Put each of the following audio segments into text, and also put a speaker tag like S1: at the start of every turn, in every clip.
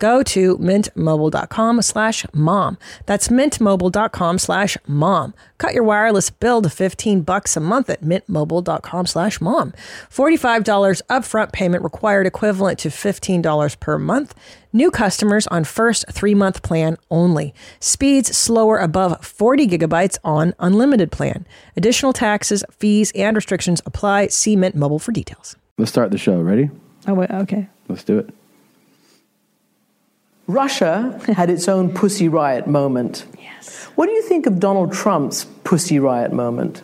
S1: go to mintmobile.com slash mom. That's mintmobile.com slash mom. Cut your wireless bill to 15 bucks a month at mintmobile.com slash mom. $45 upfront payment required equivalent to $15 per month. New customers on first three month plan only. Speeds slower above 40 gigabytes on unlimited plan. Additional taxes, fees, and restrictions apply. See Mint Mobile for details.
S2: Let's start the show. Ready?
S3: Oh, wait, okay.
S2: Let's do it.
S4: Russia had its own pussy riot moment. Yes. What do you think of Donald Trump's pussy riot moment?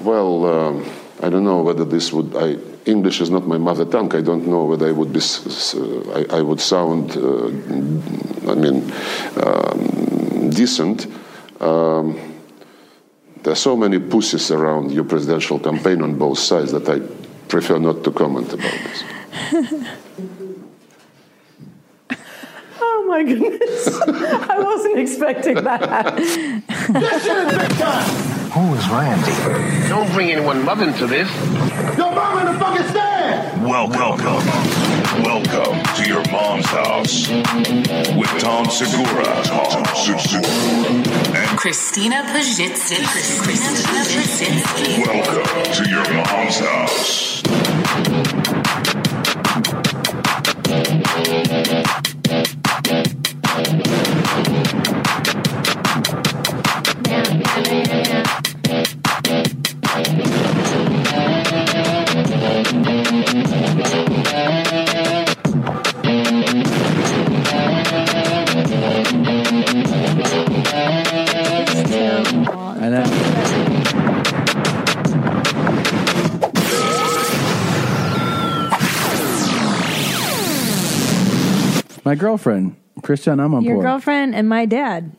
S5: Well, um, I don't know whether this would. I, English is not my mother tongue. I don't know whether I would be. Uh, I, I, would sound. Uh, I mean, um, decent. Um, there are so many pussies around your presidential campaign on both sides that I prefer not to comment about this.
S4: Oh my goodness. I wasn't expecting that.
S6: Who is Randy?
S7: Don't bring anyone mother into this.
S8: Your mom in the fucking stand!
S9: Well, welcome. Welcome to your mom's house with Tom Segura, Tom Segura
S10: and Christina Pajitsky.
S9: Welcome to your mom's house.
S2: My girlfriend, Christian Amanpour.
S3: Your girlfriend and my dad.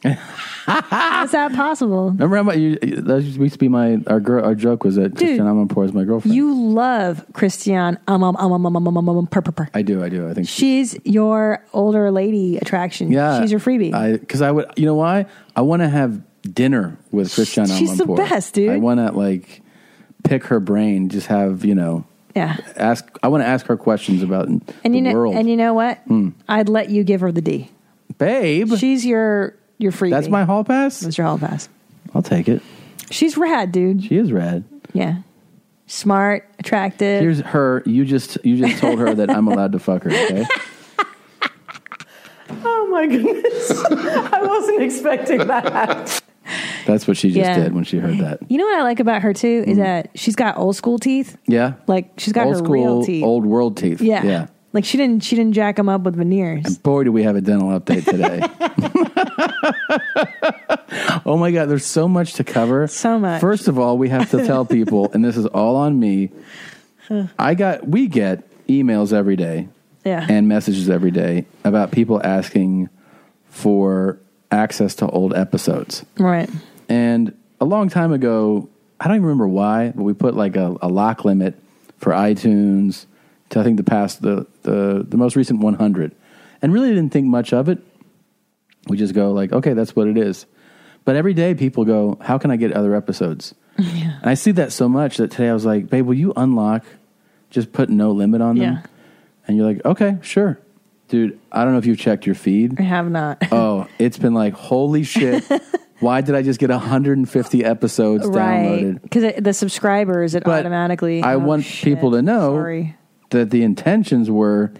S3: How's that possible?
S2: Remember, how you, that used to be my our girl. Our joke was that Christian Amanpour is my girlfriend.
S3: You love Christian um um um um um um um, um per, per, per.
S2: I do, I do. I think
S3: She's your older lady attraction.
S2: Yeah.
S3: She's your freebie.
S2: because I, would. You know why? I want to have dinner with Christian Amanpour.
S3: she's the best, dude.
S2: I want to like pick her brain. Just have you know.
S3: Yeah.
S2: Ask. I want to ask her questions about
S3: and
S2: the
S3: you know
S2: world.
S3: and you know what?
S2: Hmm.
S3: I'd let you give her the D.
S2: Babe,
S3: She's your your freebie.
S2: that's my hall pass.
S3: That's your hall pass.
S2: I'll take it.
S3: She's rad, dude.
S2: She is rad.
S3: Yeah. Smart, attractive.
S2: Here's her. You just you just told her that I'm allowed to fuck her. Okay.
S4: Oh my goodness. I wasn't expecting that.
S2: That's what she just
S3: Yeah.
S2: did when she heard that.
S3: you know what I like about her too
S2: Hmm.
S3: is that she's got old school teeth.
S2: Yeah.
S3: Like she's got
S2: old
S3: her
S2: school,
S3: real teeth.
S2: old world teeth.
S3: yeah.
S2: Yeah.
S3: Like she didn't she didn't jack them up with veneers.
S2: Boy, do we have a dental update today. oh my God, there's so much to cover.
S3: So much.
S2: First of all, we have to tell people, and this is all on me. I got, we get emails every day
S3: Yeah.
S2: and messages every day about people asking for access to old episodes.
S3: right.
S2: And a long time ago, I don't even remember why, but we put like a, a lock limit for iTunes to I think the past the, the the most recent 100, and really didn't think much of it. We just go like, okay, that's what it is. But every day, people go, how can I get other episodes? And I see that so much that today I was like, babe, will you unlock? Just put no limit on them.
S3: Yeah.
S2: And you're like, okay, sure, dude. I don't know if you've checked your feed
S3: I have not.
S2: oh, it's been like, holy shit. Why did I just get 150 episodes
S3: right.
S2: downloaded?
S3: Because the subscribers it
S2: But
S3: automatically
S2: I
S3: oh,
S2: want
S3: shit.
S2: people to know
S3: Sorry.
S2: that the intentions were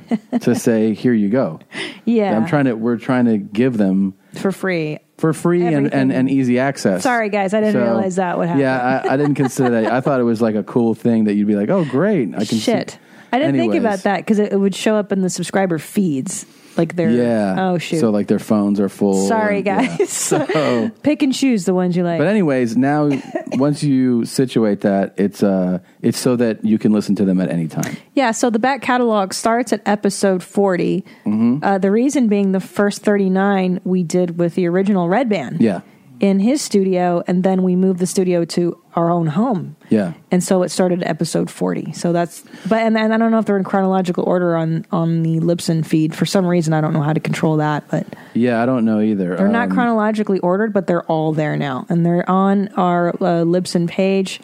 S2: to say, here you go.
S3: Yeah.
S2: I'm trying to, we're trying to give them
S3: for free.
S2: for free and, and,
S3: Everything.
S2: and easy access.
S3: Sorry, guys, I didn't realize that would happen.
S2: Yeah, I, I didn't consider that. I thought it was like a cool thing that you'd be like, oh, great. I can see-
S3: Shit. I didn't think
S2: Anyways.
S3: about that because it, it would show up in the subscriber feeds.
S1: Like they're
S2: yeah.
S1: Oh shoot.
S2: So like their phones are full.
S1: Sorry
S2: and- yeah.
S1: guys. Pick and choose the ones you like.
S2: But anyways, now once you situate that, it's uh, it's so that you can listen to them at any time.
S1: yeah, so the back catalog starts at episode 40.
S2: Mm-hmm.
S1: Uh, the reason being the first 39 we did with the original Red Band
S2: Yeah,
S1: in his studio, and then we moved the studio to our own home.
S2: yeah.
S1: and so it started at episode 40 so that's but and, and i don't know if they're in chronological order on on the lipson feed for some reason i don't know how to control that but
S2: Yeah, I don't know either.
S1: they're not
S2: Um,
S1: chronologically ordered but they're all there now and they're on our uh, lipson page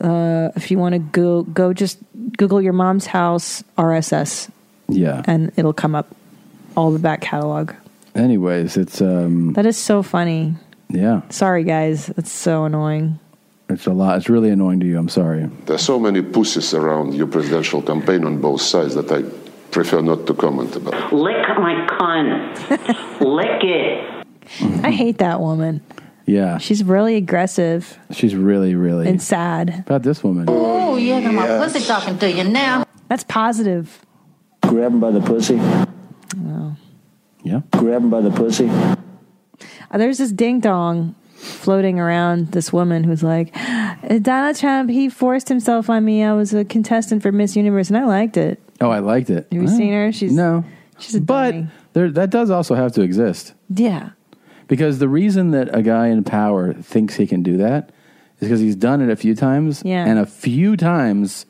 S1: uh, if you want to go go just google your mom's house rss
S2: Yeah.
S1: and it'll come up all the back catalog
S2: Anyways, it's um,
S1: that is so funny
S2: yeah,
S1: sorry guys it's so annoying
S2: it's a lot. It's really annoying to you. I'm sorry.
S11: There are so many pussies around your presidential campaign on both sides that I prefer not to comment about.
S12: Lick my cunt. Lick it.
S1: i hate that woman
S2: Yeah,
S1: she's really aggressive
S2: she's really, really
S1: and sad
S2: about this woman.
S13: Oh, yeah, got my pussy talking to you now.
S1: that's positive
S14: Grab him by the pussy.
S2: Oh. Yeah.
S14: Grab him by the pussy.
S1: Uh, there's this ding dong floating around this woman who's like, "Uh, Donald Trump, he forced himself on me. I was a contestant for Miss Universe and I liked it.
S2: Oh, I liked it.
S1: Have you seen her? She's
S2: no,
S1: she's a
S2: but
S1: dummy.
S2: there that does also have to exist.
S1: Yeah.
S2: Because the reason that a guy in power thinks he can do that is because he's done it a few times.
S1: Yeah.
S2: And a few times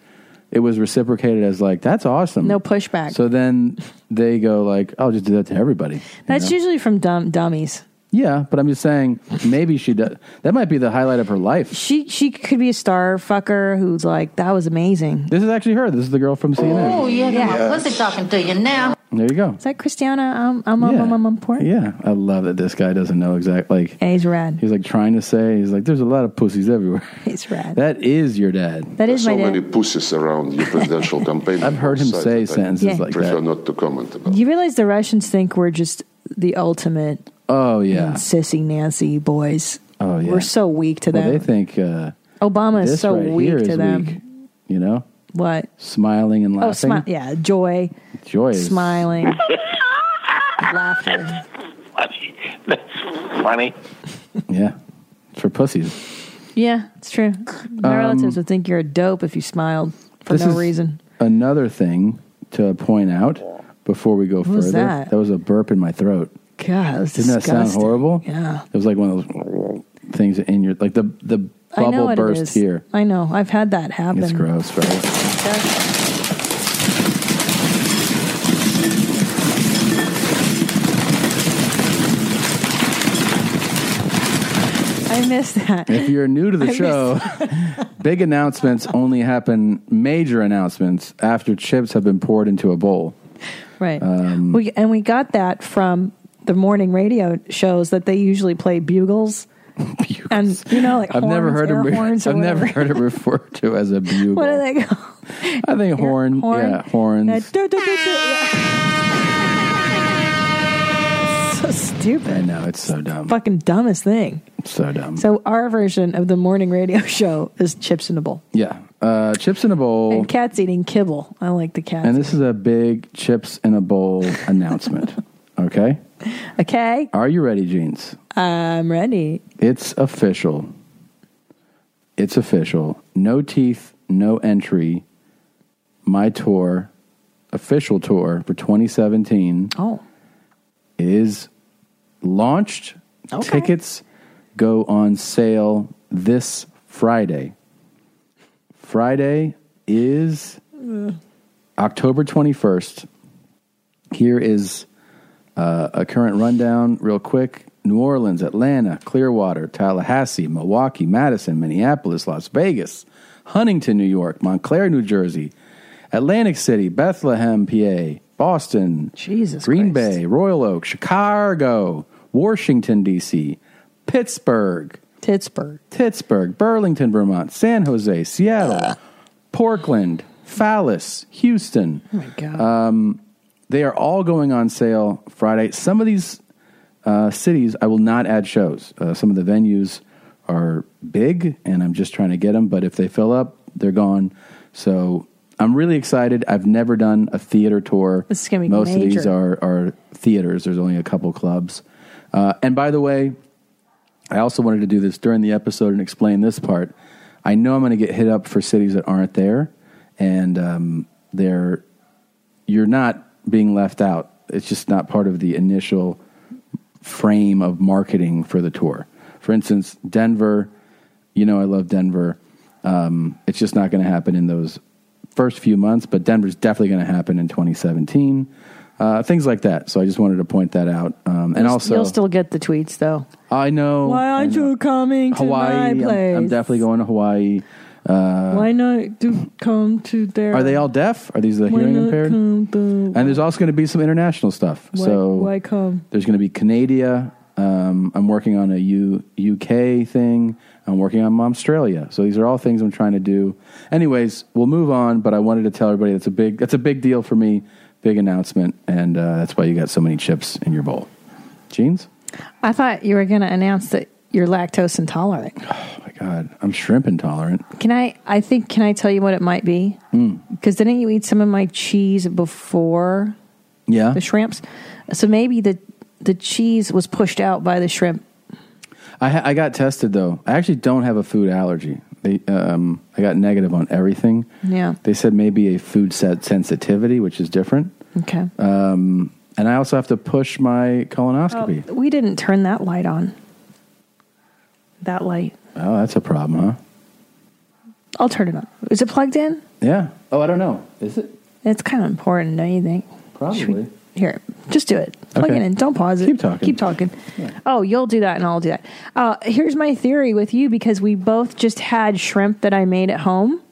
S2: it was reciprocated as like, that's awesome.
S1: No pushback.
S2: So then they go like, I'll just do that to everybody. you
S1: That's
S2: know?
S1: usually from dumb dummies.
S2: Yeah, but I'm just saying maybe she does that might be the highlight of her life.
S1: She she could be a star fucker who's like, That was amazing.
S2: This is actually her. This is the girl from CNN.
S13: Oh, yeah, got my pussy talking to you now.
S2: There you go.
S1: It's like Christiana, um um um
S2: Oh. Yeah.
S1: um um, um porn.
S2: Yeah. I love that this guy doesn't know exactly like
S1: Yeah, he's rad.
S2: he's like trying to say he's like, There's a lot of pussies everywhere.
S1: He's rad.
S2: That is your dad.
S1: that
S11: There
S1: is
S11: are
S1: my
S11: so many
S1: dad.
S11: pussies around your presidential campaign. on
S2: I've heard
S11: both
S2: him
S11: sides
S2: say
S11: that I
S2: sentences
S1: Yeah.
S2: like
S11: Prefer
S2: that.
S11: not to comment about.
S1: You realize the Russians think we're just the ultimate
S2: Oh yeah.
S1: sissy Nancy boys.
S2: Oh yeah.
S1: We're so weak to them.
S2: Well, they think uh,
S1: Obama is
S2: this
S1: so
S2: right
S1: weak
S2: here is
S1: to them.
S2: weak. You know,
S1: What?
S2: smiling and laughing.
S1: Oh, smile. Yeah, joy,
S2: Joy is
S1: smiling, laughter.
S9: Funny.
S2: Yeah, it's for pussies.
S1: Yeah, it's true. My relatives would think you're a dope if you smiled for
S2: Um, This
S1: no
S2: is
S1: reason.
S2: Another thing to point out before we go further.
S1: was that?
S2: was a burp in my throat.
S1: God, that's
S2: Didn't that sound
S1: disgusting.
S2: horrible?
S1: Yeah.
S2: It was like one of those things in your like the the
S1: I know
S2: bubble
S1: what it
S2: burst
S1: is.
S2: here.
S1: I know. I've had that happen.
S2: It's gross, right?
S1: I miss that.
S2: If you're new to the show, big announcements only happen, major announcements, after chips have been poured into a bowl.
S1: Right.
S2: Um,
S1: we and we got that from the morning radio shows that they usually play bugles. And you know, like
S2: I've never
S1: horns,
S2: heard it.
S1: air
S2: re-
S1: horns or
S2: I've never
S1: whatever.
S2: heard it referred to as a bugle.
S1: What are they called?
S2: I think horn, yeah, horns.
S1: Uh, duh, duh, duh, duh, yeah. so
S2: I
S1: stupid.
S2: know it's so dumb,
S1: Fucking dumbest thing.
S2: so dumb.
S1: So our version of the morning radio show is chips in a bowl
S2: yeah, uh, chips in a bowl,
S1: and cats eating kibble. I like the cats.
S2: and this is a big chips in a bowl announcement. Okay,
S1: okay,
S2: are you ready, jeans?
S1: I'm ready.
S2: It's official. It's official. No teeth, no entry. My tour, official tour for 2017.
S1: Oh,
S2: is launched.
S1: Okay.
S2: Tickets go on sale this Friday. Friday is October 21st. Here is uh, a current rundown, real quick. New Orleans, Atlanta, Clearwater, Tallahassee, Milwaukee, Madison, Minneapolis, Las Vegas, Huntington, New York, Montclair, New Jersey, Atlantic City, Bethlehem, PA, Boston,
S1: Jesus
S2: Green
S1: Christ.
S2: Bay, Royal Oak, Chicago, Washington, D.C., Pittsburgh,
S1: Pittsburgh.
S2: Pittsburgh, Burlington, Vermont, San Jose, Seattle,
S1: Ah.
S2: Portland, Fallis, Houston. Um,
S1: Oh my god.
S2: They are all going on sale Friday. Some of these uh, cities, I will not add shows. Uh, some of the venues are big, and I'm just trying to get them. But if they fill up, they're gone. So I'm really excited. I've never done a theater tour.
S1: This is gonna be
S2: Most of these
S1: major.
S2: are, are theaters. There's only a couple clubs. Uh, and by the way, I also wanted to do this during the episode and explain this part. I know I'm going to get hit up for cities that aren't there, and um, they're you're not being left out. It's just not part of the initial frame of marketing for the tour. For instance, Denver, you know, I love Denver. Um, it's just not going to happen in those first few months, but Denver's definitely going to happen in 2017. Uh, things like that. So I just wanted to point that out. Um, and
S1: You'll-
S2: also, Oh,
S1: you'll still get the tweets though.
S2: I know. uh,
S1: Why aren't you coming to
S2: Hawaii.
S1: my
S2: I'm-
S1: place?
S2: I'm, definitely going to Hawaii. Uh,
S1: Why not do come to their?
S2: are they all deaf? Are these the
S1: Why
S2: hearing
S1: not
S2: impaired?
S1: come to-
S2: And there's also going to be some international stuff.
S1: Why,
S2: so
S1: why come?
S2: there's going to be Canada. Um, I'm working on a U- UK thing. I'm working on Australia. So these are all things I'm trying to do. Anyways, we'll move on. But I wanted to tell everybody that's a big that's a big deal for me. Big announcement, and uh, that's why you got so many chips in your bowl. Jeans.
S1: I thought you were going to announce that you're lactose intolerant.
S2: Oh my god, I'm shrimp intolerant.
S1: Can I? I think. Can I tell you what it might be?
S2: Mm.
S1: Because didn't you eat some of my cheese before
S2: Yeah.
S1: the shrimps? So maybe the the cheese was pushed out by the shrimp.
S2: I, ha- I got tested though. I actually don't have a food allergy. They, um, I got negative on everything.
S1: Yeah.
S2: They said maybe a food set sensitivity, which is different.
S1: Okay.
S2: Um, and I also have to push my colonoscopy.
S1: Oh, we didn't turn that light on. That light.
S2: Oh, that's a problem, huh?
S1: I'll turn it on. Is it plugged in?
S2: Yeah. Oh, I don't know. Is it?
S1: It's kind of important, don't you think?
S2: Probably.
S1: Should we- Here, just do it. Plug
S2: Okay.
S1: it in. Don't pause it.
S2: Keep talking.
S1: Keep talking. Oh, you'll do that, and I'll do that. Uh, here's my theory with you because we both just had shrimp that I made at home.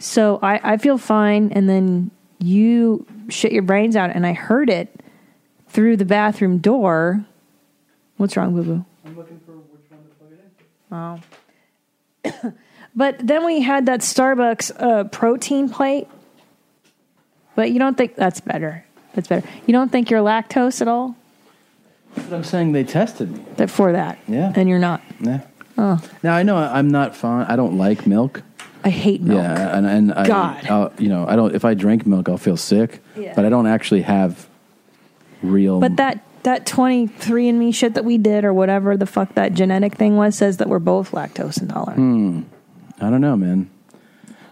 S1: So I, I feel fine, and then you shit your brains out, and I heard it through the bathroom door. What's wrong, Boo Boo?
S2: I'm looking for which one to plug it in.
S1: Wow. but then we had that Starbucks uh, protein plate. But you don't think that's better. That's better. You don't think you're lactose at all
S2: But I'm saying they tested me.
S1: that for that.
S2: Yeah.
S1: And you're not.
S2: Yeah.
S1: Oh,
S2: Now I know I- I'm not fond. I don't like milk.
S1: I hate milk.
S2: Yeah, and and I,
S1: God.
S2: I'll- you know, I don't. If I drink milk, I'll feel sick.
S1: Yeah.
S2: But I don't actually have real.
S1: But that that 23 and me shit that we did or whatever the fuck that genetic thing was says that we're both lactose intolerant.
S2: Hmm. I don't know, man.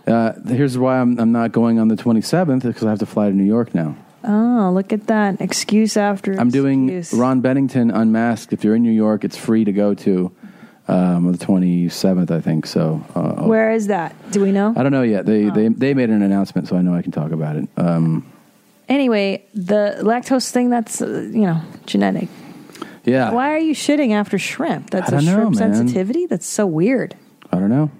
S2: Uh, here's why I'm, I'm not going on the 27th because I have to fly to New York now.
S1: Oh, look at that. Excuse after
S2: I'm doing
S1: excuse.
S2: Ron Bennington Unmasked. If you're in New York, it's free to go to um, on the 27th, I think. So uh, I'll-
S1: Where Oh. is that? Do we know?
S2: I don't know yet. They, they they made an announcement, so I know I can talk about it. Um,
S1: Anyway, the lactose thing that's uh, you know, genetic.
S2: yeah,
S1: Why are you shitting after shrimp?
S2: I
S1: That's a
S2: don't know,
S1: shrimp
S2: man.
S1: sensitivity. That's so weird.
S2: I don't know.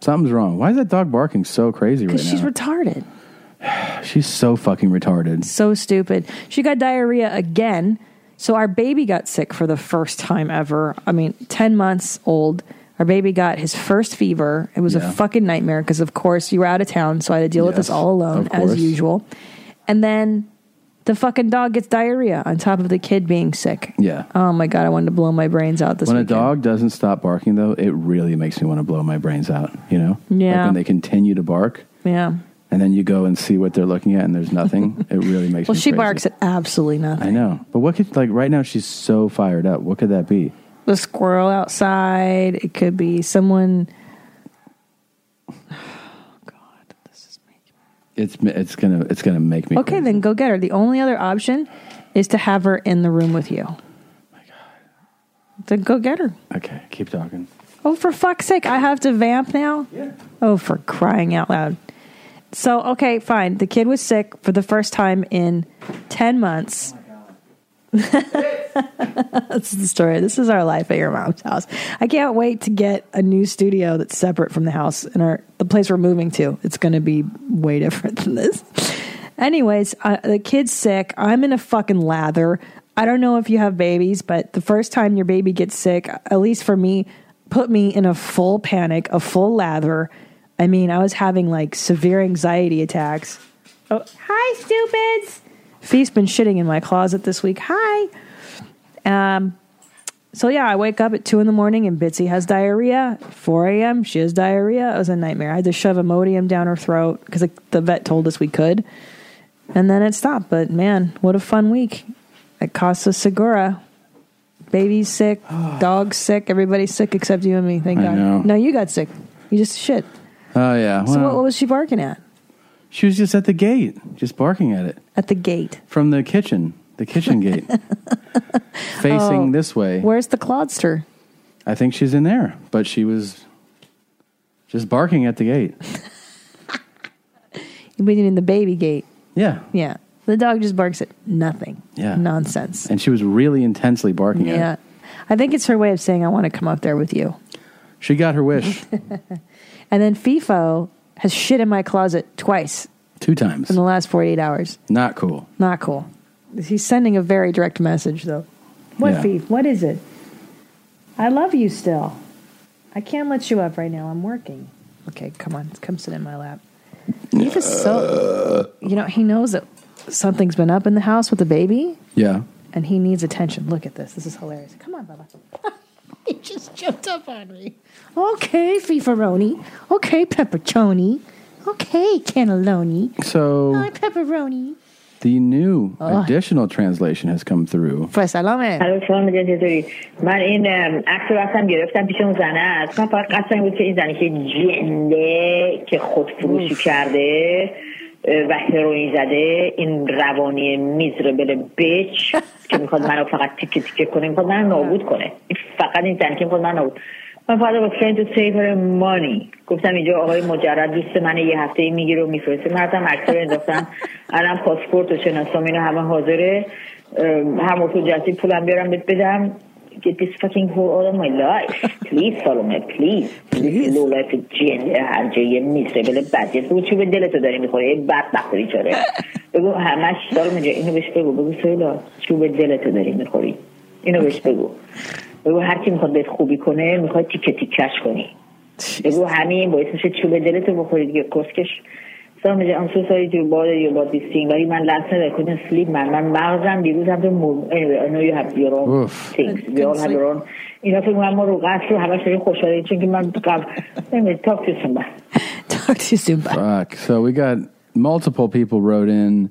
S2: Something's wrong. Why is that dog barking so crazy right
S1: Because she's
S2: now?
S1: retarded.
S2: she's so fucking retarded.
S1: So stupid. She got diarrhea again. So our baby got sick for the first time ever. I mean, ten months old. Our baby got his first fever. It was
S15: Yeah.
S1: a fucking nightmare because, of course, you were out of town, so I had to deal with this
S15: Yes,
S1: all alone
S15: of
S1: as
S15: course.
S1: usual. And then the fucking dog gets diarrhea on top of the kid being sick.
S2: Yeah.
S1: Oh my god, I wanted to blow my brains out this
S2: when
S1: weekend.
S2: a dog doesn't stop barking, though, it really makes me want to blow my brains out. You know,
S1: Yeah.
S2: Like when they continue to bark,
S1: yeah.
S2: and then you go and see what they're looking at, and there's nothing. it really makes.
S1: Well,
S2: me
S1: she
S2: crazy.
S1: barks at absolutely nothing.
S2: I know, but what could like right now? She's so fired up. What could that be?
S1: the squirrel outside. It could be someone.
S2: It's it's gonna it's gonna make me.
S1: okay, then go get her. The only other option is to have her in the room with you. my god! Then go get her.
S2: Okay, keep talking.
S1: Oh, for fuck's sake! I have to vamp now. Yeah. Oh, for crying out loud! So okay, fine. The kid was sick for the first time in ten months. That's the story. This is our life at your mom's house. I can't wait to get a new studio that's separate from the house and our the place we're moving to. It's going to be way different than this. Anyways, uh, the kid's sick. I'm in a fucking lather. I don't know if you have babies, but the first time your baby gets sick, at least for me, put me in a full panic, a full lather. I mean, I was having like severe anxiety attacks. Oh, hi, stupids. Fee's been shitting in my closet this week. Hi. Um, So yeah, I wake up at two in the morning and Bitsy has diarrhea. Four a.m. She has diarrhea. It was a nightmare. I had to shove Imodium down her throat because the vet told us we could, and then it stopped. But man, what a fun week! At Casa Segura, baby's sick, dog's sick, everybody's sick except you and me. Thank
S2: I
S1: God.
S2: know.
S1: No, you got sick. You just shit.
S2: Oh yeah.
S1: so what,
S2: well,
S1: what was she barking at?
S2: she was just at the gate, just barking at it
S1: At the gate.
S2: from the kitchen, the kitchen gate, facing
S1: Oh.
S2: this way.
S1: Where's the clodster?
S2: I think she's in there, but she was just barking at the gate.
S1: You mean in the baby gate?
S2: Yeah,
S1: Yeah. The dog just barks at nothing.
S2: yeah.
S1: Nonsense.
S2: And she was really intensely barking
S1: Yeah.
S2: at it.
S1: I think it's her way of saying, I want to come up there with you.
S2: She got her wish
S1: And then FIFO has shit in my closet twice
S2: two times.
S1: in the last 48 hours.
S2: Not cool.
S1: Not cool. He's sending a very direct message, though. What,
S2: Yeah.
S1: Fief? What is it? I love you still. I can't let you up right now. I'm working. Okay, come on. Come sit in my lap. He's just so. You know, he knows that something's been up in the house with the baby
S2: Yeah.
S1: and he needs attention. Look at this. This is hilarious. Come on, Bubba. he just jumped up on me. Okay, Fifaroni. Okay, pepperoni. Okay, cannelloni.
S2: So
S1: Hi, pepperoni.
S2: the new
S1: Ugh.
S2: additional translation has come through.
S15: الو سلام میگن چطوری من این ام، عکس رو رفتم گرفتم پیش اون زنه است من فقط قصدم بود که این زنه که جنده که خودفروشی کرده اه، و هروئین زده این روانی میزربل بیچ که میخواد منو فقط تیکه تیکه کنه میخواد منو نابود کنه این فقط این زن که میخواد منو نابود من فقط was trying to save her money گفتم اینجا آقای مجرد دوست من یه هفته میگیره و میفرسته من رفتم عکس رو انداختم الان پاسپورت و شناسنامه اینا همه حاضره ام، هم تو جسی پولم بیارم بهت بدم get this fucking whore out of my life please follow me please please low life جنده هر جایی میسربل بدجنس بگو چی به دلتو داری میخوری یه بدبخت بیچاره بگو همش سالم اینجا اینو بهش بگو بگو سهیلا چی به دلتو داری میخوری اینو بهش بگو بگو هر کی میخواد بهت خوبی کنه میخواد تیکه تیکش کنی بگو همین باعث میشه چوب دلتو بخوری دیگه کسکش سلام میگه I'm so sorry to bother you about this thing ولی من last night I couldn't sleep من من مغزم دیروز هم تو مو- anyway I know you have your own things we all have your own اینا فکر کنم ما رو قصد رو همش داریم خوشحالی چون که من قبل anyway talk to somebody
S1: Talk to you soon.
S2: Fuck. So we got multiple people wrote in.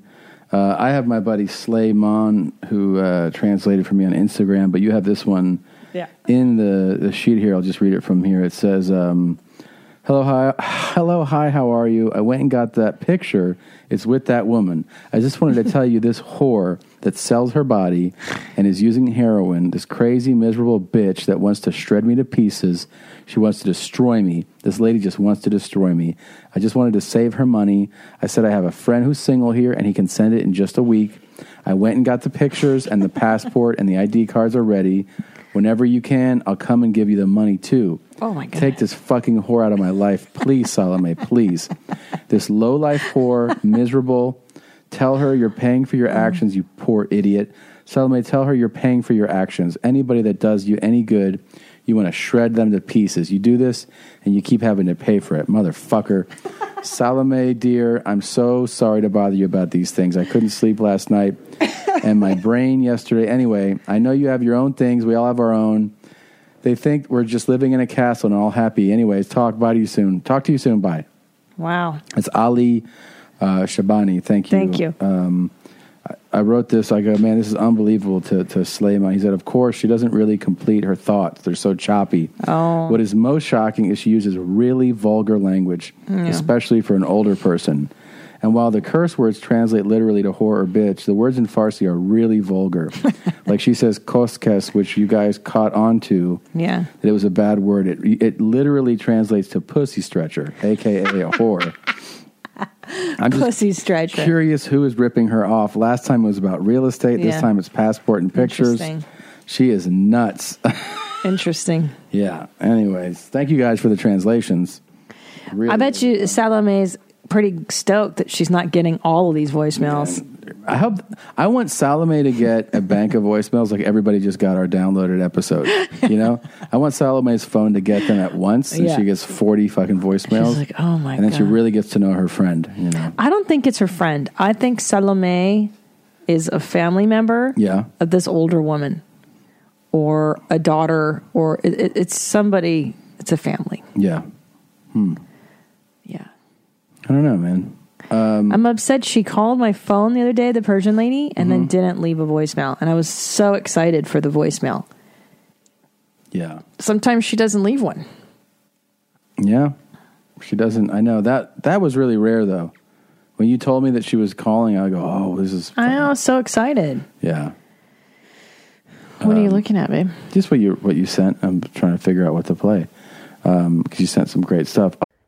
S2: Uh, I have my buddy Slay Mon who uh, translated for me on Instagram, but you have this one
S1: Yeah.
S2: in the, the sheet here. I'll just read it from here. It says, um, "Hello, hi, hello, hi. How are you? I went and got that picture. It's with that woman. I just wanted to tell you this whore that sells her body and is using heroin. This crazy, miserable bitch that wants to shred me to pieces. She wants to destroy me. This lady just wants to destroy me. I just wanted to save her money. I said I have a friend who's single here and he can send it in just a week." I went and got the pictures and the passport and the ID cards are ready. Whenever you can, I'll come and give you the money too.
S1: Oh my God.
S2: Take this fucking whore out of my life, please, Salome, please. This low life whore, miserable. Tell her you're paying for your actions, you poor idiot. Salome, tell her you're paying for your actions. Anybody that does you any good, you want to shred them to pieces. You do this and you keep having to pay for it, motherfucker. Salome, dear, I'm so sorry to bother you about these things. I couldn't sleep last night and my brain yesterday. Anyway, I know you have your own things. We all have our own. They think we're just living in a castle and all happy. Anyways, talk. Bye to you soon. Talk to you soon. Bye.
S1: Wow.
S2: It's Ali uh, Shabani. Thank you.
S1: Thank you.
S2: Um, I, I wrote this. I go, man, this is unbelievable to, to Slayma. He said, of course, she doesn't really complete her thoughts. They're so choppy.
S1: Oh.
S2: What is most shocking is she uses really vulgar language,
S16: Yeah.
S2: especially for an older person. And while the curse words translate literally to whore or bitch, the words in Farsi are really vulgar. like she says koskes, which you guys caught on to
S1: Yeah.
S2: that it was a bad word. It it literally translates to pussy stretcher, aka a whore. I'm just
S1: Pussy stretcher.
S2: curious who is ripping her off. Last time it was about real estate. This
S1: Yeah.
S2: time it's passport and pictures.
S1: Interesting.
S2: She is nuts.
S1: Interesting.
S2: yeah. Anyways, thank you guys for the translations. Really,
S1: I bet you Salome's pretty stoked that she's not getting all of these voicemails.
S2: I hope I want Salome to get a bank of voicemails like everybody just got our downloaded episode. You know, I want Salome's phone to get them at once, and
S1: Yeah.
S2: she gets forty fucking voicemails.
S1: She's like, "Oh my
S2: And then she
S1: God."
S2: really gets to know her friend. You know,
S1: I don't think it's her friend. I think Salome is a family member
S2: yeah.
S1: of this older woman.
S17: or a daughter or it, it, it's somebody. It's a family.
S2: Yeah. Hmm.
S17: Yeah.
S2: I don't know, man. Um,
S17: I'm upset. She called my phone the other day, the Persian lady, and
S2: Mm-hmm.
S17: then didn't leave a voicemail. And I was so excited for the voicemail.
S2: yeah.
S17: Sometimes she doesn't leave one.
S2: Yeah. She doesn't. I know that that was really rare though. When you told me that she was calling, I go, "Oh, this is
S17: I know. I was so excited.
S2: yeah."
S17: What
S2: Um,
S17: are you looking at, babe?
S2: Just what you what you sent. I'm trying to figure out what to play because you sent some great stuff.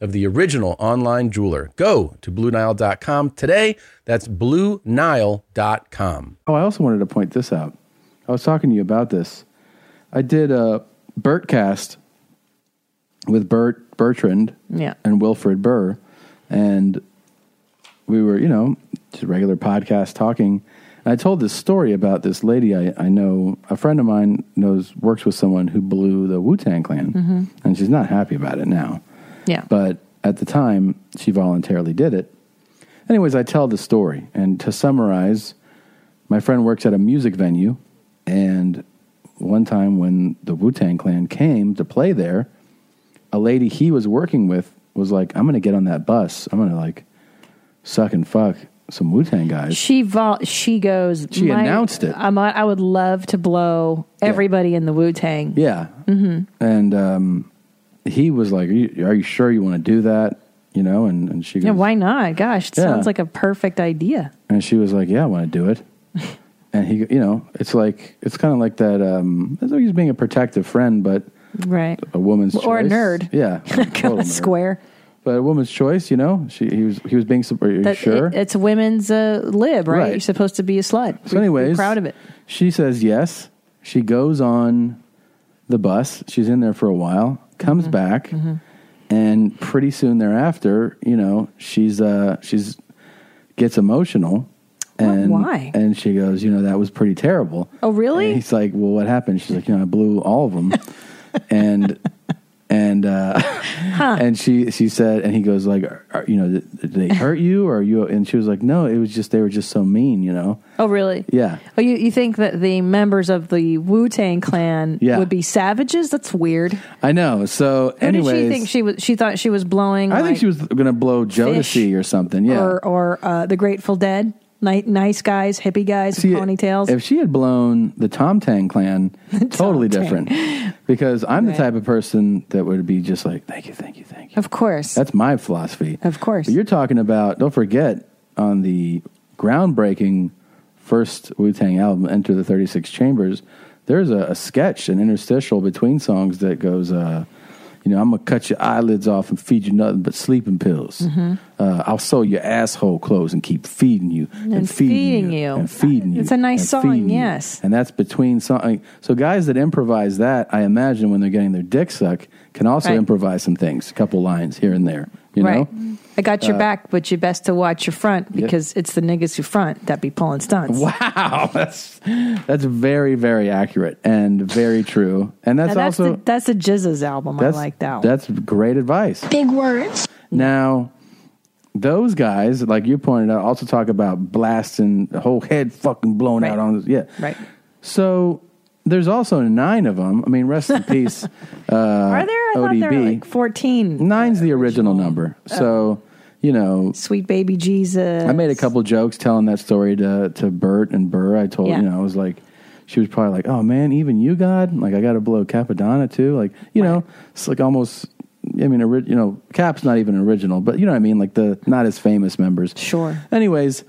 S18: of the original online jeweler. Go to BlueNile.com today. That's BlueNile.com.
S2: Oh, I also wanted to point this out. I was talking to you about this. I did a Bertcast with Bert Bertrand
S17: Yeah.
S2: and Wilfred Burr, and we were, you know, just regular podcast talking. And I told this story about this lady I, I know, a friend of mine knows works with someone who blew the Wu Tang Clan,
S1: Mm-hmm.
S17: Mhm.
S2: and she's not happy about it now.
S17: Yeah.
S2: But at the time, she voluntarily did it. Anyways, I tell the story. And to summarize, my friend works at a music venue. And one time when the Wu Tang Clan came to play there, a lady he was working with was like, I'm going to get on that bus. I'm going to like suck and fuck some Wu Tang guys.
S17: She vol- she goes.
S2: She
S17: "My-
S2: announced it.
S17: I'm, I would love to blow everybody in the Wu Tang.
S2: yeah.
S17: hmm
S2: And um, he was like, are you, are you sure you want to do that? You know, and, and she goes,
S17: Yeah, why not? Gosh, it
S2: Yeah.
S17: sounds like a perfect idea.
S2: And she was like, "Yeah, I want to do it." and he, you know, it's like it's kind of like that. Um, it's like he's being a protective friend, but
S17: Right.
S2: a woman's
S17: Or a
S2: choice.
S17: nerd.
S2: Yeah,
S17: Kind
S2: total
S17: of
S2: nerd.
S17: square.
S2: But a woman's choice, you know. She he was he was being. sup- Are you
S17: That-
S2: sure?
S17: it- it's a women's uh, lib, right?
S2: Right.
S17: You're supposed to be a slut.
S2: So,
S17: We- we're
S2: anyways,
S17: proud of it.
S2: She says yes. She goes on the bus. She's in there for a while. Comes
S17: Mm-hmm.
S2: back, and pretty soon thereafter, you know, she's uh, she's gets emotional. And
S17: why?
S2: And she goes, you know, that was pretty terrible.
S17: Oh, really?
S2: And he's like, well, what happened? She's like, you know, I blew all of them, and and uh, and she she said, and he goes like, are, are- you know, did, did they hurt you or are you? And she was like, no, it was just they were just so mean, you know.
S17: Oh, really?
S2: Yeah.
S17: Oh, you, you think that the members of the Wu Tang Clan
S2: Yeah.
S17: would be savages? That's weird.
S2: I know. So,
S17: Who
S2: anyways,
S17: did she think she was? She thought she was blowing.
S2: I think
S17: like,
S2: she was going to blow Jodeci or something. Yeah.
S17: or or uh, the Grateful Dead, ni- nice guys, hippie guys, with ponytails.
S2: if she had blown the Tom Tang clan, totally different. because I'm the type of person that would be just like, thank you, thank you, thank you.
S1: Of course.
S2: That's my philosophy.
S1: Of course.
S2: But you're talking about, don't forget, on the groundbreaking first Wu Tang album, Enter the 36 Chambers, there's a, a sketch, an interstitial between songs that goes, uh, you know, I'm going to cut your eyelids off and feed you nothing but sleeping pills.
S1: Mhm.
S2: Uh, I'll sew your asshole clothes and keep feeding you and,
S1: And feeding you.
S2: and feeding you.
S1: It's a nice
S2: and
S1: song,
S2: feeding you.
S1: yes.
S2: And that's between song. So guys that improvise that, I imagine when they're getting their dick sucked, can also
S1: Right.
S2: improvise some things, a couple lines here and there. You know,
S1: Right. I got your
S2: Uh,
S1: back, but you best to watch your front
S2: Yep.
S1: because it's the niggas who front that be pulling stunts.
S2: Wow, that's that's very very accurate and very true. And that's,
S1: Now, that's
S2: also
S1: the, that's the Jizz's album. I
S2: that's
S1: like that one.
S2: That's great advice.
S1: Big words.
S2: Now, those guys, like you pointed out, also talk about blasting the whole head fucking blown out on. Yeah,
S1: right.
S2: So there's also nine of them. I mean, rest in peace. Uh,
S1: Are there? I thought
S2: ODB.
S1: there were like fourteen. Uh, Oh.
S2: Nine's the original number. So you know,
S1: Sweet baby Jesus.
S2: I made a couple jokes telling that story to to Bert and Burr. I told
S1: Yeah.
S2: you know I was like, she was probably like, oh man, even you, God, like I got to blow Capadonna too. Like you know, it's like almost. I mean, ori- you know, Cap's not even original, but you know what I mean. Like the not as famous members.
S1: Sure.
S2: Anyways,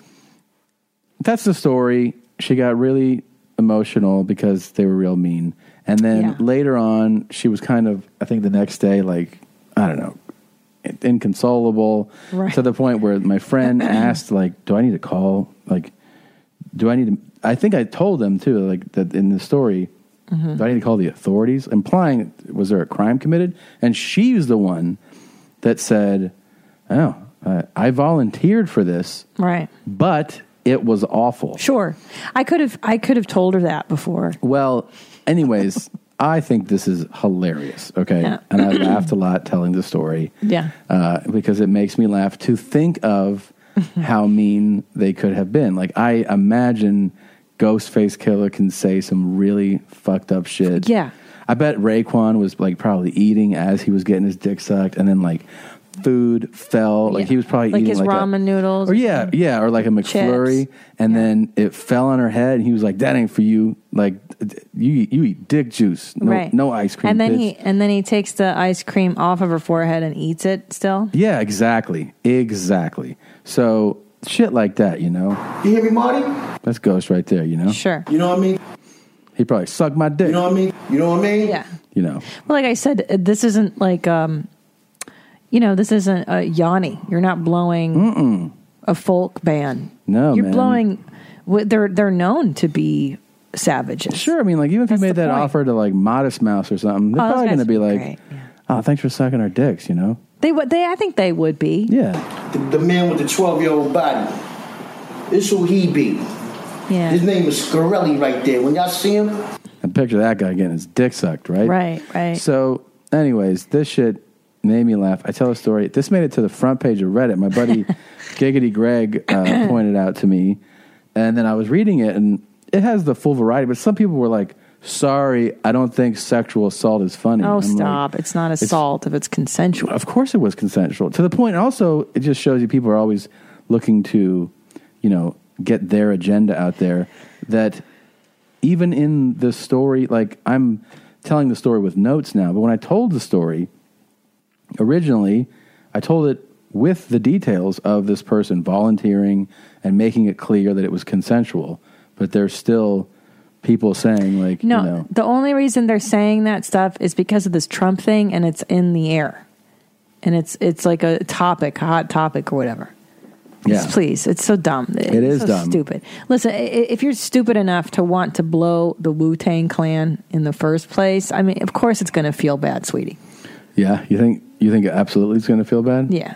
S2: that's the story. She got really emotional because they were real mean, and then
S1: Yeah.
S2: later on, she was kind of. I think the next day, like I don't know, inconsolable
S1: Right.
S2: to the point where my friend asked like do i need to call like do i need to i think i told them too like that in the story
S1: Mm-hmm.
S19: Mhm.
S2: do i need to call the authorities implying was there a crime committed and she was the one that said oh uh, i volunteered for this
S1: Right.
S2: but it was awful
S1: Sure. I could have I could have told her that before.
S2: well, anyways, I think this is hilarious. Okay,
S1: Yeah.
S2: and I laughed a lot telling the story.
S1: Yeah.
S2: uh, because it makes me laugh to think of how mean they could have been. Like I imagine Ghostface Killer can say some really fucked up shit.
S1: Yeah.
S2: I bet Raekwon was like probably eating as he was getting his dick sucked, and then like food fell. Like he was probably
S1: Like
S2: eating
S1: his
S2: like a-
S1: ramen noodles.
S2: or yeah, yeah, or like a McFlurry, and then it fell on her head, and he was like, "That ain't for you. Like, you you eat dick juice, no,
S1: right.
S2: no ice cream."
S1: And then
S2: bitch.
S1: he and then he takes the ice cream off of her forehead and eats it still.
S2: yeah, exactly, exactly. So shit like that, you know.
S8: You hear me, Marty?
S2: That's ghost right there, you know.
S1: Sure.
S8: You know what I mean?
S2: He probably sucked my dick. You know
S8: what I mean? You know what I mean?
S1: Yeah.
S2: You know.
S1: Well, like I said, uh, this isn't like um you know, this isn't a Yanni. You're not blowing a folk band.
S2: No,
S1: You're
S2: man.
S1: blowing wh- they're they're known to be savages.
S2: Sure, I mean, like even if you made that
S1: point.
S2: offer to like Modest Mouse or something, they're
S1: Oh, those
S2: probably
S1: guys
S2: going to be
S1: would be
S2: like,
S1: great,
S2: "Oh, thanks for sucking our dicks," you know.
S1: They would they I think they would be.
S2: Yeah.
S8: The, the man with the 12 year old body. This who he be.
S1: Yeah.
S8: His name is Scarelli right there. When y'all see him,
S2: And picture that guy getting his dick sucked, right?
S8: Right, right.
S2: So, anyways, this shit made me laugh. I tell a story. This made it to the front page of Reddit. My buddy Giggity Greg uh, pointed out to me, and then I was reading it, and it has the full variety. But some people were like, "Sorry, I don't think sexual assault is funny."
S1: Oh,
S2: I'm like,
S1: stop. it's not assault if it's consensual.
S2: Of course, it was consensual. To the point. Also, it just shows you people are always looking to, you know, get their agenda out there. That even in the story, like I'm telling the story with notes now, but when I told the story originally, I told it with the details of this person volunteering and making it clear that it was consensual. But there's still people saying like,
S1: No,
S2: you know,
S1: the only reason they're saying that stuff is because of this Trump thing, and it's in the air, and it's it's like a topic, a hot topic or whatever. Yes,
S2: Yeah.
S1: please. It's so dumb. It's
S2: It is
S1: so
S2: dumb.
S1: Stupid. Listen, i- i- if you're stupid enough to want to blow the Wu Tang Clan in the first place, I mean, of course it's going to feel bad, sweetie.
S2: yeah, you think you think it absolutely is going to feel bad
S1: Yeah.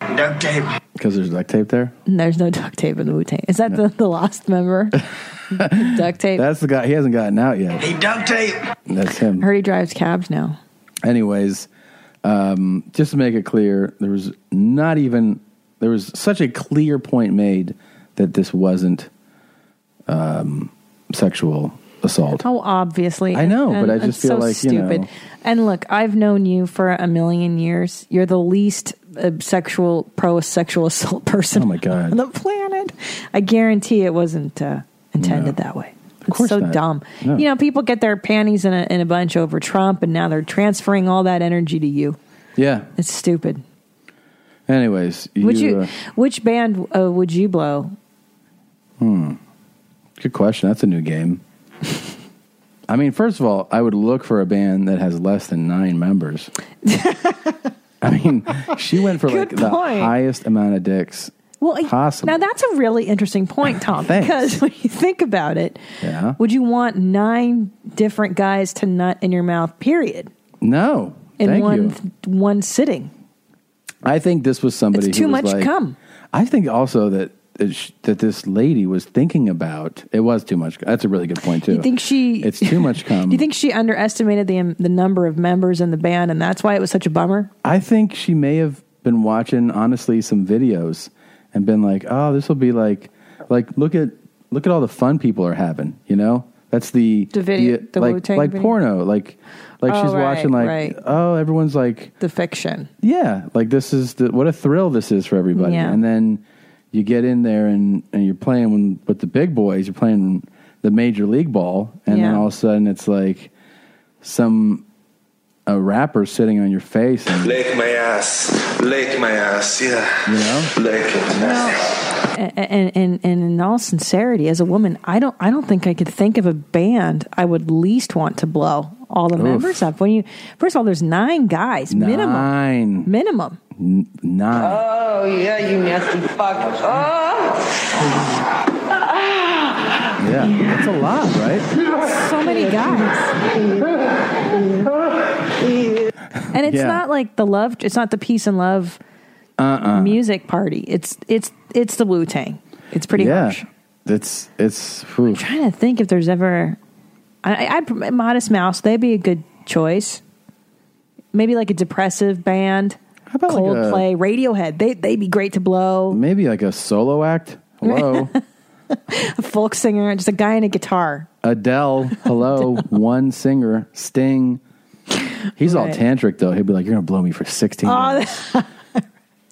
S9: Duct tape.
S2: because there's duct tape there.
S1: And there's no duct tape in the Wu Tang. Is that the, the lost member? duct tape.
S2: That's the guy. He hasn't gotten out yet.
S9: He duct tape.
S2: That's
S1: I
S2: him.
S1: heard he drives cabs now.
S2: Anyways, um, just to make it clear, there was not even there was such a clear point made that this wasn't um, sexual assault.
S1: Oh, obviously.
S2: I know, but I just
S1: it's
S2: feel like, you know-
S1: And look, I've known you for a million years. You're the least uh, sexual, pro sexual assault person. Oh
S2: my god,
S1: on the planet! I guarantee it wasn't uh, intended that way. It It's so
S2: not.
S1: dumb.
S2: No.
S1: You know, people get their panties in a, in a bunch over Trump, and now they're transferring all that energy to you.
S2: Yeah.
S1: It's stupid.
S2: Anyways,
S1: Would you?
S2: uh,
S1: which band uh, would you blow?
S2: hmm. Good question. That's a new game. I mean, first of all, I would look for a band that has less than nine members. I mean, she went for like
S1: Good
S2: the
S1: point.
S2: highest amount of dicks.
S1: Well,
S2: Possible.
S1: now that's a really interesting point, Tom. because when you think about it,
S2: Yeah.
S1: would you want nine different guys to nut in your mouth? Period.
S2: No.
S1: In
S2: thank
S1: one
S2: you.
S1: one sitting.
S2: I think this was somebody
S1: It's
S2: who
S1: too
S2: was
S1: much
S2: like-
S1: cum.
S2: I think also that that sh- that this lady was thinking about it was too much. That's a really good point too.
S1: You think she?
S2: it's um, too much cum?
S1: Do you think she underestimated the the number of members in the band, and that's why it was such a bummer?
S2: I think she may have been watching honestly some videos and been like, "Oh, this will be like like look at look at all the fun people are having." You know, that's the
S1: The video- the
S2: like
S1: Wu-Tang
S2: like
S1: video?
S2: porno like like
S1: Oh,
S2: she's
S1: right,
S2: watching like
S1: right.
S2: oh everyone's like
S1: the fiction.
S2: Yeah, like this is the what a thrill this is for everybody.
S1: Yeah.
S2: And then you get in there and and you're playing when, with the big boys. You're playing the major league ball, and then
S1: Yeah.
S2: all of a sudden it's like some a rapper sitting on your face and
S9: Lick my ass. Lick my ass. Yeah.
S2: You know?
S9: Lick it.
S1: and, and and in all sincerity, as a woman, I don't I don't think I could think of a band I would least want to blow all the
S2: Oof.
S1: members up. When you first of all, there's nine guys minimum.
S2: nine
S1: Minimum.
S2: N- nine.
S19: Oh, yeah, you nasty fuck. Oh.
S2: yeah, that's a lot, right?
S1: So many guys. And it's
S2: Yeah.
S1: not like the love it's not the peace and love
S2: Uh-uh.
S1: music party. It's it's it's the Wu Tang. It's pretty
S2: yeah.
S1: harsh.
S2: It's it's whew.
S1: trying to think if there's ever I, I I'd- Modest Mouse. They'd be a good choice. Maybe like a depressive band. How
S2: about like a-
S1: Coldplay, Radiohead? They they'd be great to blow.
S2: maybe like a solo act. Hello,
S1: A folk singer, just a guy and a guitar.
S2: Adele. Hello, one singer. Sting. He's all
S1: Right.
S2: tantric though. He'd be like, "You're gonna blow me for 16
S1: Oh,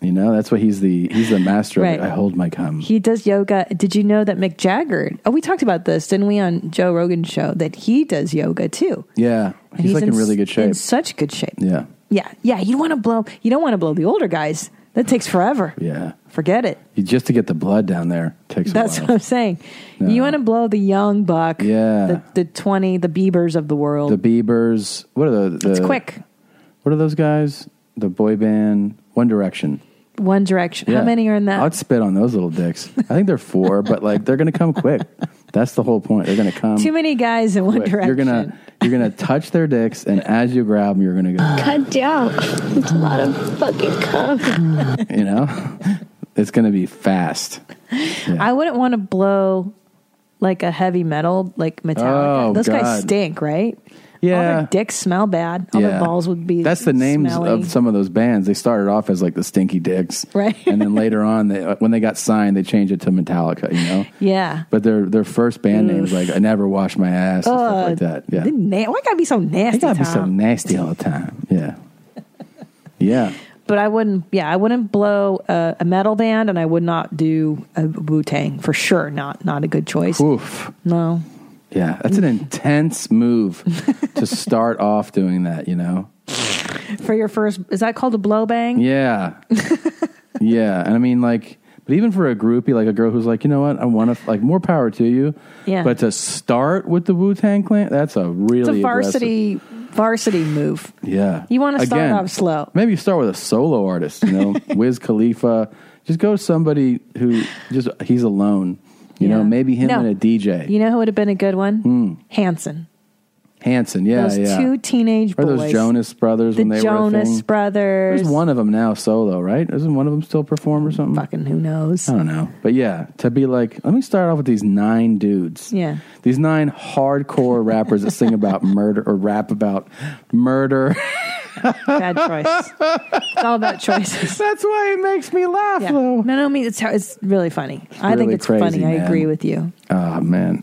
S2: You know, that's what he's the he's the master.
S1: Right.
S2: Of it. I hold my cum.
S1: he does yoga. Did you know that Mick Jagger? Oh, we talked about this, didn't we, on Joe Rogan's show? That he does yoga too.
S2: Yeah,
S1: And
S2: he's, like in,
S1: s-
S2: really good shape.
S1: In such good shape.
S2: yeah,
S1: Yeah, yeah. You want to blow? You don't want to blow the older guys. That takes forever.
S2: yeah.
S1: Forget it.
S2: You, just to get the blood down there takes.
S1: That's
S2: a
S1: what
S2: while.
S1: I'm saying. You want to blow the young buck,
S2: Yeah.
S1: the, the 20, the Biebers of the world.
S2: the Biebers. What are the, the?
S1: it's quick.
S2: What are those guys? The boy band One Direction.
S1: One Direction.
S2: Yeah.
S1: How many are in that?
S2: I'd spit on those little dicks. I think they're four, but like they're gonna come quick. That's the whole point. They're gonna come.
S1: Too many guys in One
S2: quick.
S1: Direction.
S2: You're gonna you're gonna touch their dicks, and as you grab them, you're gonna go.
S20: Cut down. It's a lot of fucking cum.
S2: You know, it's gonna be fast.
S1: I wouldn't want to blow like a heavy metal, like Metallica.
S2: Oh,
S1: Those guys
S2: God.
S1: stink, right? All
S2: Yeah.
S1: their dicks smell bad. All their balls would be.
S2: That's the names
S1: smelly.
S2: of some of those bands. They started off as like the Stinky Dicks,
S1: Right.
S2: and then later on, they, uh, when they got signed, they changed it to Metallica. You know,
S1: Yeah.
S2: but their their first band names like I never wash my ass and stuff like that. Yeah,
S1: the na- why gotta be so
S2: they
S1: nasty?
S2: gotta be so
S1: Tom?
S2: nasty all the time. Yeah, yeah.
S1: But I wouldn't. Yeah, I wouldn't blow a, a metal band, and I would not do a Wu Tang for sure. Not not a good choice.
S2: Oof.
S1: No.
S2: Yeah, that's an intense move to start off doing that, you know?
S1: For your first, is that called a blow bang?
S2: Yeah. yeah. And I mean, like, but even for a groupie, like a girl who's like, you know what, I want to, like, more power to you.
S1: Yeah.
S2: But to start with the Wu Tang Clan, that's a really
S1: it's a
S2: aggressive-
S1: varsity varsity move.
S2: Yeah.
S1: You wanna start
S2: Again,
S1: off slow.
S2: Maybe you start with a solo artist, you know, Wiz Khalifa. Just go to somebody who just, he's alone. You know,
S1: Yeah.
S2: maybe him
S1: No.
S2: and a DJ.
S1: You know who would have been a good one? Hanson.
S2: Hanson, Hmm. yeah,
S1: those
S2: yeah.
S1: two teenage
S2: Or
S1: boys.
S2: those Jonas Brothers
S1: the
S2: when they were a
S1: Jonas
S2: thing?
S1: Brothers.
S2: There's one of them now solo, right? Isn't one of them still perform or something?
S1: Fucking who knows?
S2: I don't know. But yeah, to be like, let me start off with these nine dudes.
S1: Yeah.
S2: These nine hardcore rappers that sing about murder or rap about murder.
S1: Bad choice. it's all about choices.
S2: That's why it makes me laugh,
S1: No, no, I mean it's it's really funny. I think
S2: really
S1: it's
S2: crazy,
S1: funny. I
S2: man.
S1: agree with you.
S2: oh, man.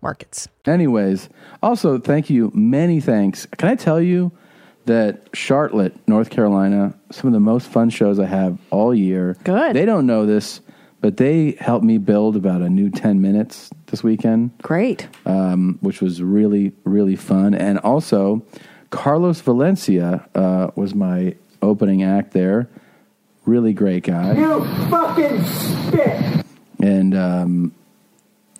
S17: markets.
S2: Anyways, also thank you. Many thanks. Can I tell you that Charlotte, North Carolina, some of the most fun shows I have all year. Good. They don't know this, but they helped me build about a new ten minutes this weekend.
S1: Great.
S2: Um, which was really really fun, and also Carlos Valencia uh, was my opening act there. Really great guy.
S8: You fucking spit.
S2: and um,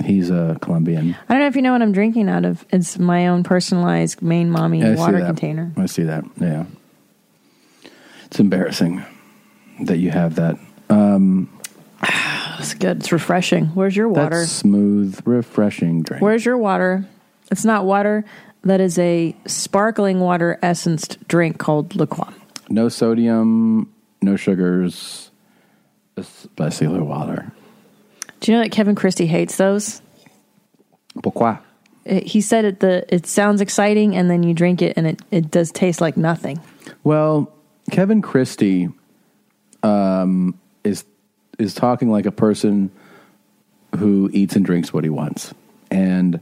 S2: he's a Colombian.
S1: I don't know if you know what I'm drinking out of. It's my own personalized main mommy
S2: Yeah, I see
S1: water
S2: that.
S1: container.
S2: I see that. Yeah, it's embarrassing that you have that. Um,
S1: It's good. It's refreshing. Where's your
S2: that
S1: water?
S2: smooth, refreshing drink.
S1: Where's your water? It's not water. That is a sparkling water essenced drink called La Croix.
S2: No sodium, no sugars, just basically water.
S1: Do you know that Kevin Christie hates those?
S2: Pourquoi?
S1: It- he said it the it sounds exciting and then you drink it and it, it does taste like nothing.
S2: Well, Kevin Christie um, is is talking like a person who eats and drinks what he wants. And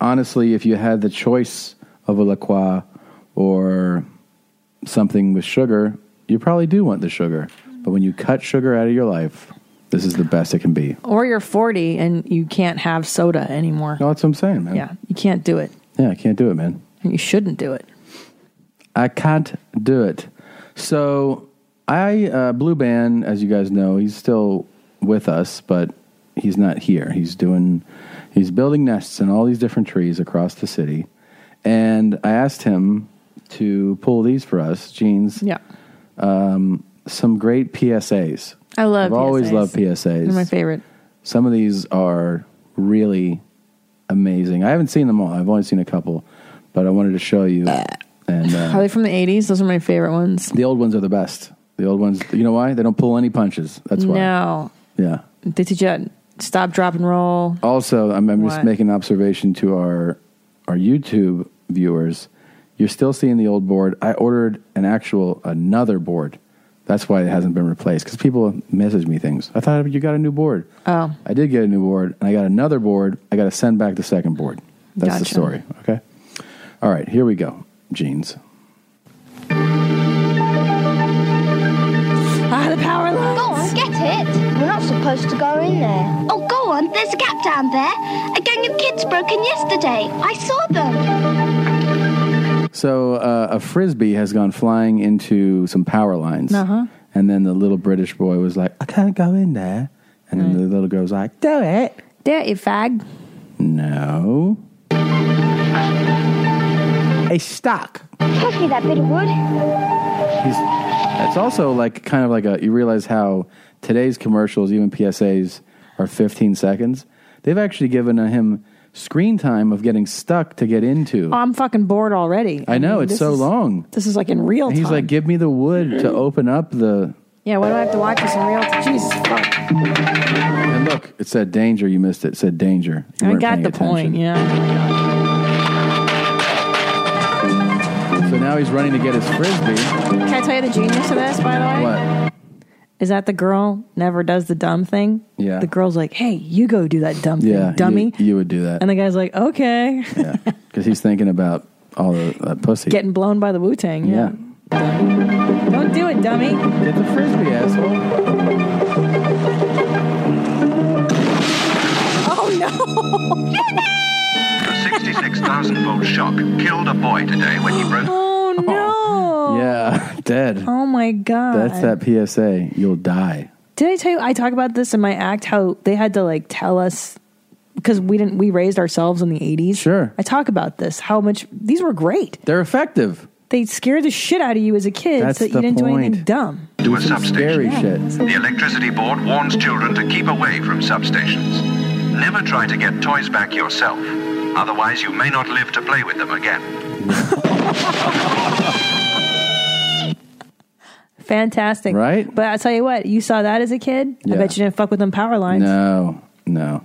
S2: honestly, if you had the choice of a La Croix or something with sugar, you probably do want the sugar. But when you cut sugar out of your life, this is the best it can be.
S1: Or you're 40 and you can't have soda anymore.
S2: No, that's what I'm saying, man.
S1: Yeah, you can't do it.
S2: Yeah, I can't do it, man.
S1: And you shouldn't do it.
S2: I can't do it. So I uh, Blue Band, as you guys know, he's still with us, but he's not here. He's doing he's building nests in all these different trees across the city. And I asked him to pull these for us, jeans.
S1: Yeah.
S2: Um, some great PSAs.
S1: I love
S2: I've always
S1: PSAs.
S2: loved PSAs.
S1: They're my favorite.
S2: Some of these are really amazing. I haven't seen them all. I've only seen a couple, but I wanted to show you.
S1: Ah.
S2: And uh,
S1: Are they from the 80s? Those are my favorite ones.
S2: the old ones are the best. The old ones, you know why? They don't pull any punches. That's why.
S1: No.
S2: Yeah.
S1: They teach you how to stop, drop, and roll.
S2: Also, I'm, I'm just
S1: What?
S2: making an observation to our our YouTube viewers. You're still seeing the old board. I ordered an actual another board. That's why it hasn't been replaced because people message me things. I thought you got a new board.
S1: Oh.
S2: I did get a new board, and I got another board. I got to send back the second board. That's the
S1: Gotcha.
S2: story. Okay. All right, here we go. Jeans.
S20: Ah, the power lines. Go on, get it. We're not supposed to go in there. Oh, go on. There's a gap down there. A gang of kids broke in yesterday. I saw them.
S2: So uh, a frisbee has gone flying into some power lines,
S20: Uh-huh.
S2: and then the little British boy was like, "I can't go in there," and then the
S1: Mm.
S2: little girl's like, "Do it,
S1: do it, you fag."
S2: No, it's stuck.
S20: Push me that bit of wood.
S2: He's, it's also like kind of like a you realize how today's commercials, even PSAs, are 15 seconds. They've actually given him screen time of getting stuck to get into.
S1: Oh, I'm fucking bored already.
S2: I know
S1: mean,
S2: it's
S1: this
S2: so
S1: is-
S2: long.
S1: This is like in real
S2: And
S1: time.
S2: he's like, "Give me the wood to open up the."
S1: yeah, why do I have to watch this in real time? Jesus fuck.
S2: And look, it said danger. You missed it. It said danger. You
S1: I
S2: weren't
S1: got
S2: paying
S1: the point, yeah.
S2: So now he's running to get his frisbee.
S1: Can I tell you the genius of this, by the way?
S2: What?
S1: Is that the girl never does the dumb thing?
S2: Yeah.
S1: The girl's like, hey, you go do that dumb thing,
S2: Yeah,
S1: dummy.
S2: You, you would do that
S1: And the guy's like, okay.
S2: because he's thinking about all the that pussy.
S1: Getting blown by the Wu Tang.
S2: yeah.
S1: Don't do it, dummy.
S2: Get the frisbee, asshole.
S1: Oh no!
S21: A 66,000 volt shock killed a boy today when he broke.
S1: Oh no!
S2: dead.
S1: Oh my god.
S2: That's that PSA. You'll die.
S1: Did I tell you I talk about this in my act how they had to like tell us because we didn't we raised ourselves in the 80s. Sure. I talk about this how much these were great.
S2: They're effective.
S1: They scared the shit out of you as a kid
S2: That's
S1: so that
S2: the
S1: you didn't do anything
S2: point.
S1: dumb.
S2: Do a Scary shit.
S21: The electricity board warns children to keep away from substations. Never try to get toys back yourself, otherwise, you may not live to play with them again.
S1: Fantastic. Right? But I'll tell you what, you saw that as a kid? I
S2: Yeah.
S1: bet you didn't fuck with them power lines.
S2: No, no.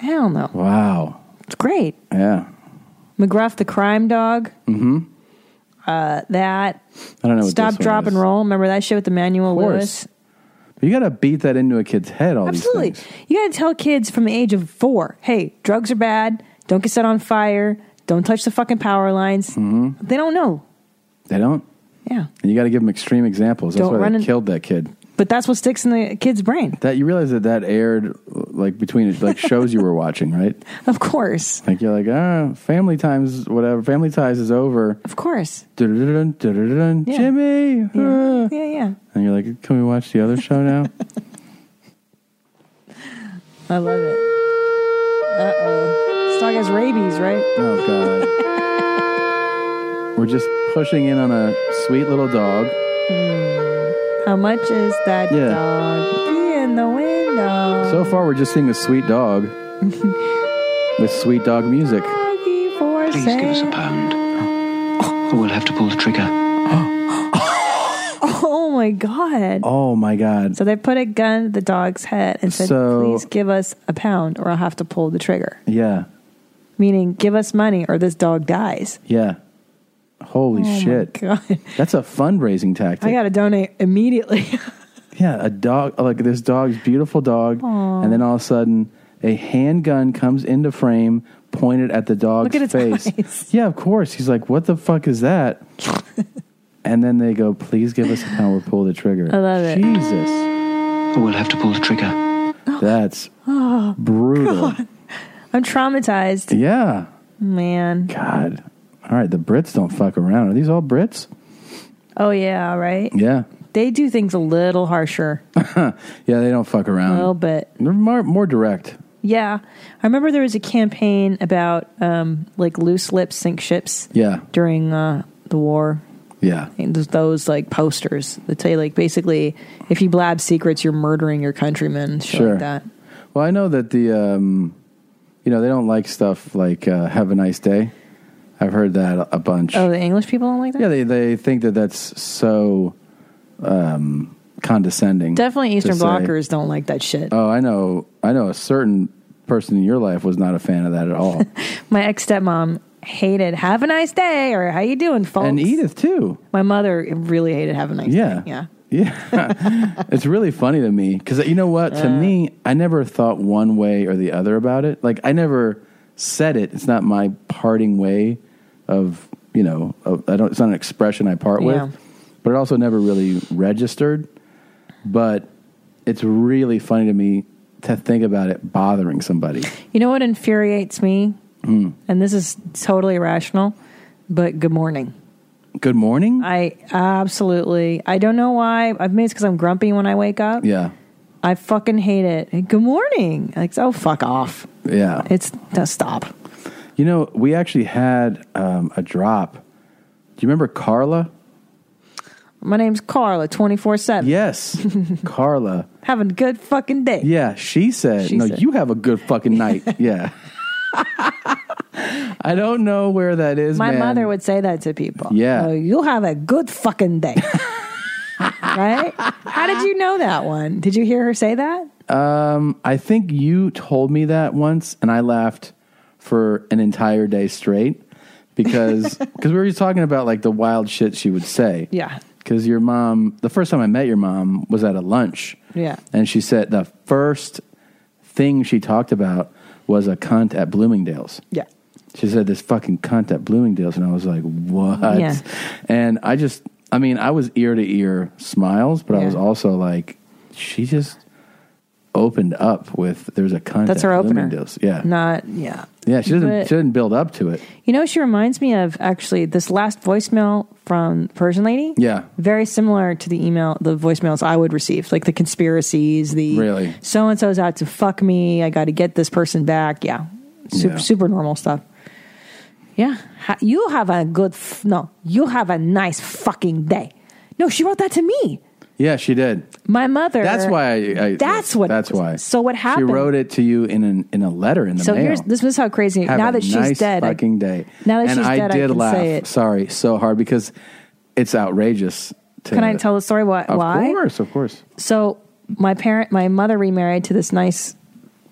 S1: Hell no.
S2: Wow.
S1: It's great.
S2: Yeah.
S1: McGruff the crime dog.
S2: Mm-hmm.
S1: Uh, that.
S2: I don't know. What
S1: Stop,
S2: this one
S1: drop,
S2: is.
S1: and roll. Remember that shit with Emmanuel
S2: Of course.
S1: Lewis?
S2: But you got to beat that into a kid's head. All
S1: Absolutely. You got to tell kids from the age of four hey, drugs are bad. Don't get set on fire. Don't touch the fucking power lines.
S2: these. hmm
S1: They don't know.
S2: They don't.
S1: Yeah.
S2: And you got to give them extreme examples. That's
S1: Don't
S2: why
S1: run
S2: they
S1: in-
S2: killed that kid.
S1: But that's what sticks in the kid's brain.
S2: That you realize that that aired like between like shows you were watching, right?
S1: Of course.
S2: Like you're like, ah, family times, whatever. Family ties is over.
S1: Of course.
S2: Dun-dun-dun, dun-dun-dun,
S1: Yeah.
S2: Jimmy.
S1: Yeah. yeah, yeah.
S2: And you're like, can we watch the other show now?
S1: I love it. Uh oh. This dog has rabies, right?
S2: Oh God. We're just pushing in on a sweet little dog.
S1: How much is that
S2: Yeah.
S1: dog in the window?
S2: So far, we're just seeing a sweet dog with sweet dog music.
S1: Doggy for
S22: Please
S1: sale.
S22: give us a pound,
S2: Oh.
S22: or we'll have to pull the trigger.
S1: Oh my god.
S2: Oh my god.
S1: So they put a gun to the dog's head and said,
S2: So-
S1: "Please give us a pound, or I'll have to pull the trigger."
S2: Yeah,
S1: Meaning, give us money, or this dog dies.
S2: yeah. Holy
S1: Oh my
S2: shit.
S1: God.
S2: That's a fundraising tactic.
S1: I got to donate immediately.
S2: yeah, a dog, like this dog's beautiful dog.
S1: Aw.
S2: And then all of a sudden, a handgun comes into frame, pointed at the dog's
S1: Look at its
S2: face. Yeah, of course. He's like, what the fuck is that? and then they go, please give us a pound or pull the trigger.
S22: I love it.
S2: Jesus.
S22: We'll have to pull the trigger.
S2: That's
S1: oh,
S2: brutal.
S1: God. I'm traumatized,
S2: Yeah.
S1: man.
S2: God. All right, the Brits don't fuck around. Are these all Brits?
S1: Oh yeah, right.
S2: Yeah.
S1: They do things a little harsher,
S2: yeah, they don't fuck
S1: a
S2: around.
S1: little bit.
S2: They're more, more direct.
S1: Yeah. I remember there was a campaign about um, like loose lips sink ships
S2: Yeah.
S1: during uh, the war.
S2: Yeah.
S1: And there's those like posters that tell you like basically if you blab secrets you're murdering your countrymen, shit
S2: Sure.
S1: like that.
S2: Well, I know that the, um, you know, they don't like stuff like uh, have a nice day. I've heard that a- a bunch.
S1: Oh, the English people don't like that?
S2: Yeah, they, they think that that's so um, condescending.
S1: Definitely
S2: to
S1: Eastern
S2: say-
S1: blockers don't like that shit.
S2: Oh, I know. I know a certain person in your life was not a fan of that at all.
S1: My ex stepmom hated have a nice day or how you doing, folks?
S2: and Edith, too.
S1: My mother really hated have a nice
S2: Yeah.
S1: day. Yeah.
S2: Yeah. it's really funny to me because you know what? to
S1: Uh.
S2: me, I never thought one way or the other about it. Like, I never said it. It's not my parting way of, you know, of, I don't, it's not an expression I part
S1: Yeah.
S2: with, but it also never really registered. But it's really funny to me to think about it bothering somebody.
S1: You know what infuriates me?
S2: Hmm.
S1: And this is totally irrational, but good morning.
S2: Good morning?
S1: I absolutely. I don't know why. I mean, it's because I'm grumpy when I wake up.
S2: Yeah.
S1: I fucking hate it. And, Good morning. Like, oh, fuck off.
S2: Yeah.
S1: It's no, stop.
S2: You know, we actually had um, a drop. Do you remember Carla?
S1: My name's Carla, 24 7.
S2: Yes. Carla.
S1: Have a good fucking day.
S2: Yeah, she said,
S1: She
S2: "No,
S1: said.
S2: you have a good fucking night." yeah. I don't know where that is.
S1: My
S2: man.
S1: mother would say that to people.
S2: Yeah.
S1: Oh, you'll have a good fucking day. right? How did you know that one? Did you hear her say that?
S2: Um, I think you told me that once, and I laughed for an entire day straight because because we were just talking about like the wild shit she would say.
S1: Yeah.
S2: Because your mom, the first time I met your mom was at a lunch,
S1: Yeah.
S2: and she said the first thing she talked about was a cunt at Bloomingdale's.
S1: Yeah.
S2: She said this fucking cunt at Bloomingdale's, and I was like, what?
S1: Yeah.
S2: And I just, I mean, I was ear to ear smiles, but I was also like, she just opened up with there's a contact.
S1: That's her opener.
S2: Lumidose. Yeah.
S1: Not yeah.
S2: Yeah, she doesn't
S1: But-
S2: she doesn't build up to it.
S1: You know, what she reminds me of actually this last voicemail from Persian lady.
S2: Yeah.
S1: Very similar to the email, the voicemails I would receive, like the conspiracies, the
S2: Really?
S1: so and so's out to fuck me. I got to get this person back. Yeah, super
S23: Yeah.
S1: super normal stuff. Yeah, Ha- you have a good f- no. You have a nice fucking day. No, she wrote that to me.
S2: Yeah, she did.
S1: My mother.
S2: That's why I, I
S1: That's what it
S2: That's
S1: was.
S2: why.
S1: So what happened?
S2: She wrote it to you in an, in a letter in the
S1: so
S2: mail.
S1: here's this is how crazy.
S2: Have
S1: now
S2: a
S1: that she's
S2: nice
S1: dead, I-
S2: fucking day.
S1: Now that
S2: and
S1: she's
S2: I
S1: dead, I
S2: did
S1: can
S2: laugh.
S1: say it.
S2: Sorry, so hard because it's outrageous. To,
S1: Can I tell the story why?
S2: Of
S1: why?
S2: course, of course.
S1: So my parent, my mother remarried to this nice,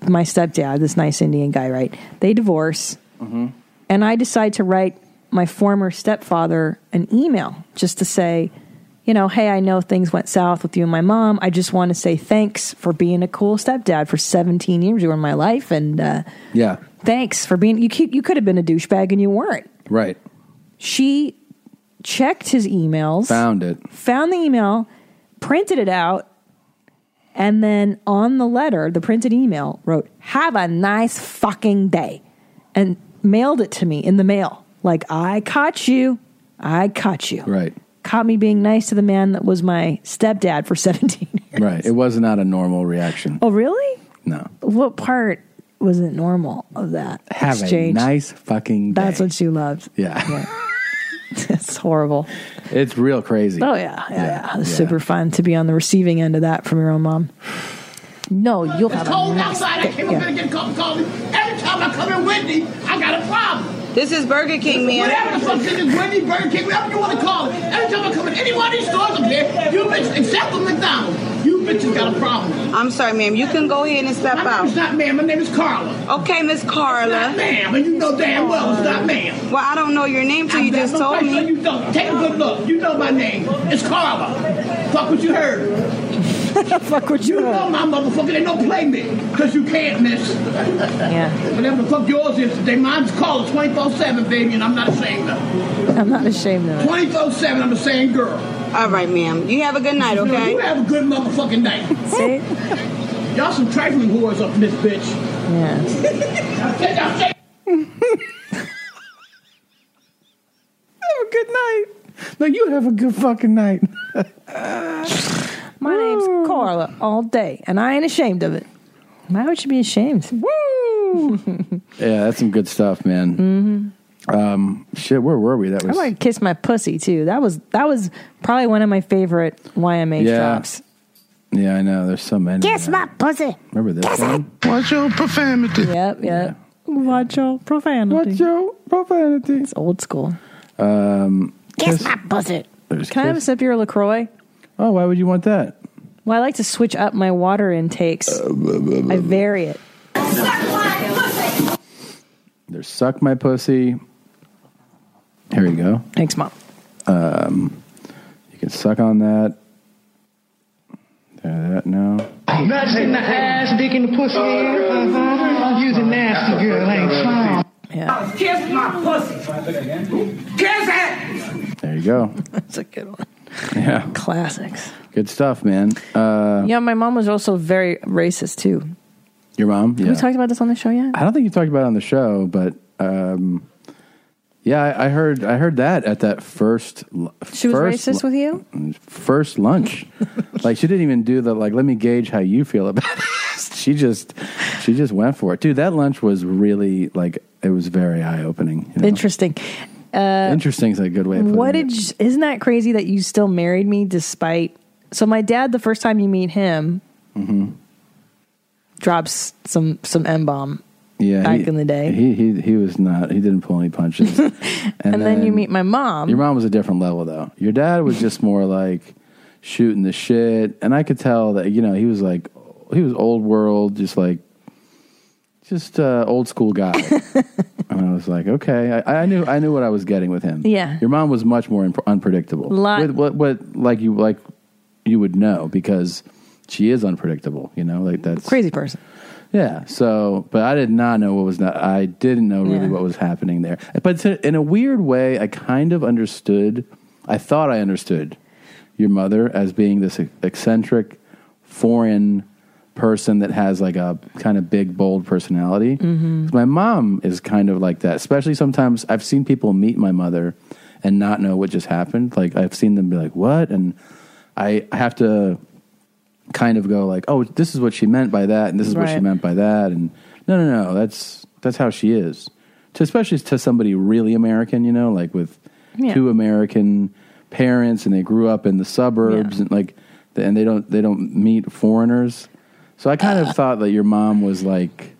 S1: my stepdad, this nice Indian guy. Right? They divorce,
S2: Mm-hmm.
S1: and I decide to write my former stepfather an email just to say, you know, hey, I know things went south with you and my mom. I just want to say thanks for being a cool stepdad for 17 years. You were in my life, and uh,
S2: Yeah,
S1: thanks for being. You keep, you could have been a douchebag, and you weren't.
S2: right.
S1: She checked his emails
S2: Found it.
S1: found the email, printed it out, and then on the letter, the printed email, wrote, Have a nice fucking day, and mailed it to me in the mail. Like, I caught you. I caught you.
S2: Right.
S1: Caught me being nice to the man that was my stepdad for 17 years.
S2: Right. It was not a normal reaction.
S1: Oh, really?
S2: No.
S1: What part wasn't normal of that
S2: Have
S1: exchange?
S2: a nice fucking day.
S1: That's what she loved.
S2: yeah.
S1: it's horrible.
S2: it's real crazy.
S1: Oh yeah, yeah, yeah. It was super fun to be on the receiving end of that from your own mom. No, you'll
S4: It's
S1: have
S4: cold
S1: a nice
S4: outside. I
S1: day.
S4: came
S1: Yeah.
S4: up here to get a cup of coffee. Every time I come in Whitney, I got a problem. This is Burger
S23: King, man.
S4: Whatever the fuck this is, Whitney, Burger King, whatever you want to call it. Every time I come in any one of these stores up here, you bitches, except for McDonald's, you bitches got a problem. I'm sorry, ma'am. You can go ahead and step my out. It's not ma'am. My name is Carla. Okay, Miss Carla. It's not ma'am, and you know damn well it's not ma'am. Well, I don't know your name till you just told me. You don't. Take a good look. You know my name. It's Carla. Fuck what you heard.
S1: fuck what you
S4: You know my motherfucker, they don't play me. Cause you can't miss.
S1: Yeah.
S4: Whatever the fuck yours is today, mine's called 24-7, baby, and I'm not ashamed of it.
S1: I'm not ashamed of it.
S4: 24-7, I'm the same girl. All right, ma'am. You have a good night,
S23: okay?
S4: You have a good motherfucking night. Y'all some trifling whores up in this bitch.
S1: Yeah.
S4: Y'all say-
S2: Have a good night. No, you have a good fucking night.
S1: My name's Carla all day, and I ain't ashamed of it. Why would you be ashamed? Woo!
S2: Yeah, that's some good stuff, man.
S1: Mhm.
S2: Um, shit, where were we? That
S1: I
S2: was
S1: want to kiss my pussy too. That was that was probably one of my favorite YMH
S2: yeah.
S1: drops.
S2: Yeah, I know. There's so many.
S1: my pussy.
S2: Remember this one?
S1: uh, Watch your profanity. Yep, yep. Watch your profanity. Watch
S2: your profanity.
S1: It's old school.
S2: Um,
S1: Kiss my pussy. Can
S2: There's
S1: I have a
S2: kiss.
S1: sip of your Lacroix?
S2: Oh, why would you want that? Uh,
S1: Well, I like to switch up my water intakes. I vary it.
S2: There's suck my pussy. Here you go.
S1: Thanks, mom.
S2: Um, you can suck on that. There, that now.
S23: Nuts in the ass, dick in the pussy. Uh-huh. You's a nasty girl, ain't you?
S1: Yeah.
S23: Kiss my pussy. Kiss it.
S2: There you go.
S1: That's a good one.
S2: Yeah.
S1: Classics.
S2: Good stuff, man. Uh,
S1: yeah, my mom was also very racist too.
S2: Your mom?
S1: Have we talked about this on the show yet?
S2: I don't think you talked about it on the show, but um, yeah, I, I heard I heard that at that first. l-
S1: She was
S2: first
S1: racist
S2: lu-
S1: with you?
S2: first lunch. like she didn't even do the like. Let me gauge how you feel about this. She just she just went for it, dude. That lunch was really like it was very eye opening.
S1: Interesting. Uh,
S2: Interesting is a good way. Of putting
S1: what
S2: it.
S1: did you, isn't that crazy that you still married me despite so my dad the first time you meet him
S2: Mhm.
S1: drops some some m bomb
S2: Yeah,
S1: back
S2: he-
S1: in the day
S2: he he he was not. He didn't pull any punches. and,
S1: and, then, you meet my mom
S2: Your mom was a different level though. Your dad was just more like shooting the shit, and I could tell that you know he was like he was old world, just like just uh, old school guy. and I was like, okay, I, I knew I knew what I was getting with him.
S1: Yeah.
S2: your mom was much more imp- unpredictable.
S1: Lot-
S2: With what what like you like you would know because she is unpredictable. You know, like that's
S1: crazy person
S2: yeah. So, but I did not know what was not. I didn't know really
S1: Yeah.
S2: what was happening there. But to, in a weird way, I kind of understood. I thought I understood your mother as being this eccentric, foreign, person that has like a kind of big, bold personality.
S5: Mhm.
S2: 'Cause My mom is kind of like that, especially sometimes I've seen people meet my mother and not know what just happened. Like I've seen them be like, what? And I, I have to kind of go like, oh, this is what she meant by that. And this is what she
S5: Right.
S2: meant by that. And no, no, no, that's, that's how she is. To, especially to somebody really American, you know, like with
S5: Yeah.
S2: two American parents and they grew up in the suburbs and like, and they don't, they don't meet foreigners. So I kind of thought that your mom was like,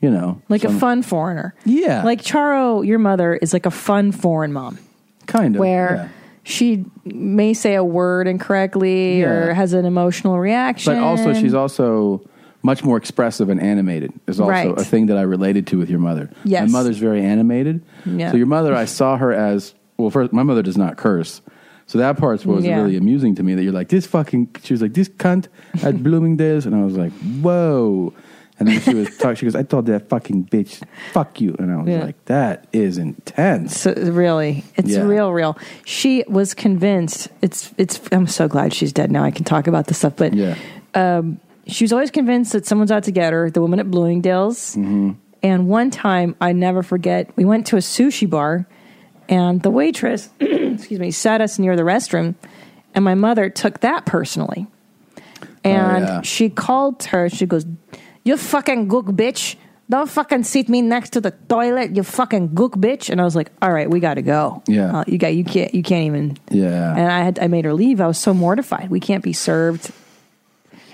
S2: you know,
S1: Like a
S2: some-
S1: fun foreigner.
S2: Yeah.
S1: Like Charo, your mother, is like a fun foreign mom.
S2: Kind of,
S1: Where
S2: yeah.
S1: she may say a word incorrectly or
S2: Yeah.
S1: has an emotional reaction.
S2: But also, she's also much more expressive and animated. Is also
S1: Right.
S2: a thing that I related to with your mother.
S1: Yes.
S2: my mother's very animated.
S1: Yeah.
S2: So your mother, I saw her as well. First, my mother does not curse. So that part was
S5: Yeah.
S2: really amusing to me. That you're like this fucking. She was like this cunt at Bloomingdale's, and I was like, whoa. And then she was talking. She goes, "I told that fucking bitch, fuck you," and I was
S1: Yeah.
S2: like, "That is intense."
S1: So, really, it's
S2: Yeah.
S1: real, real. She was convinced. It's, it's. I'm so glad she's dead now. I can talk about this stuff. But
S2: Yeah.
S1: um, she was always convinced that someone's out to get her. The woman at Bloomingdale's.
S2: Mm-hmm.
S1: And one time, I never forget. We went to a sushi bar, and the waitress, excuse me, sat us near the restroom, and my mother took that personally, and
S5: yeah.
S1: she called her. She goes, "You fucking gook bitch." Don't fucking seat me next to the toilet, you fucking gook bitch! And I was like, "All right, we got to go.
S2: Yeah.
S1: Uh, you got you can't you can't even
S2: Yeah.
S1: and I had I made her leave. I was so mortified. We can't be served.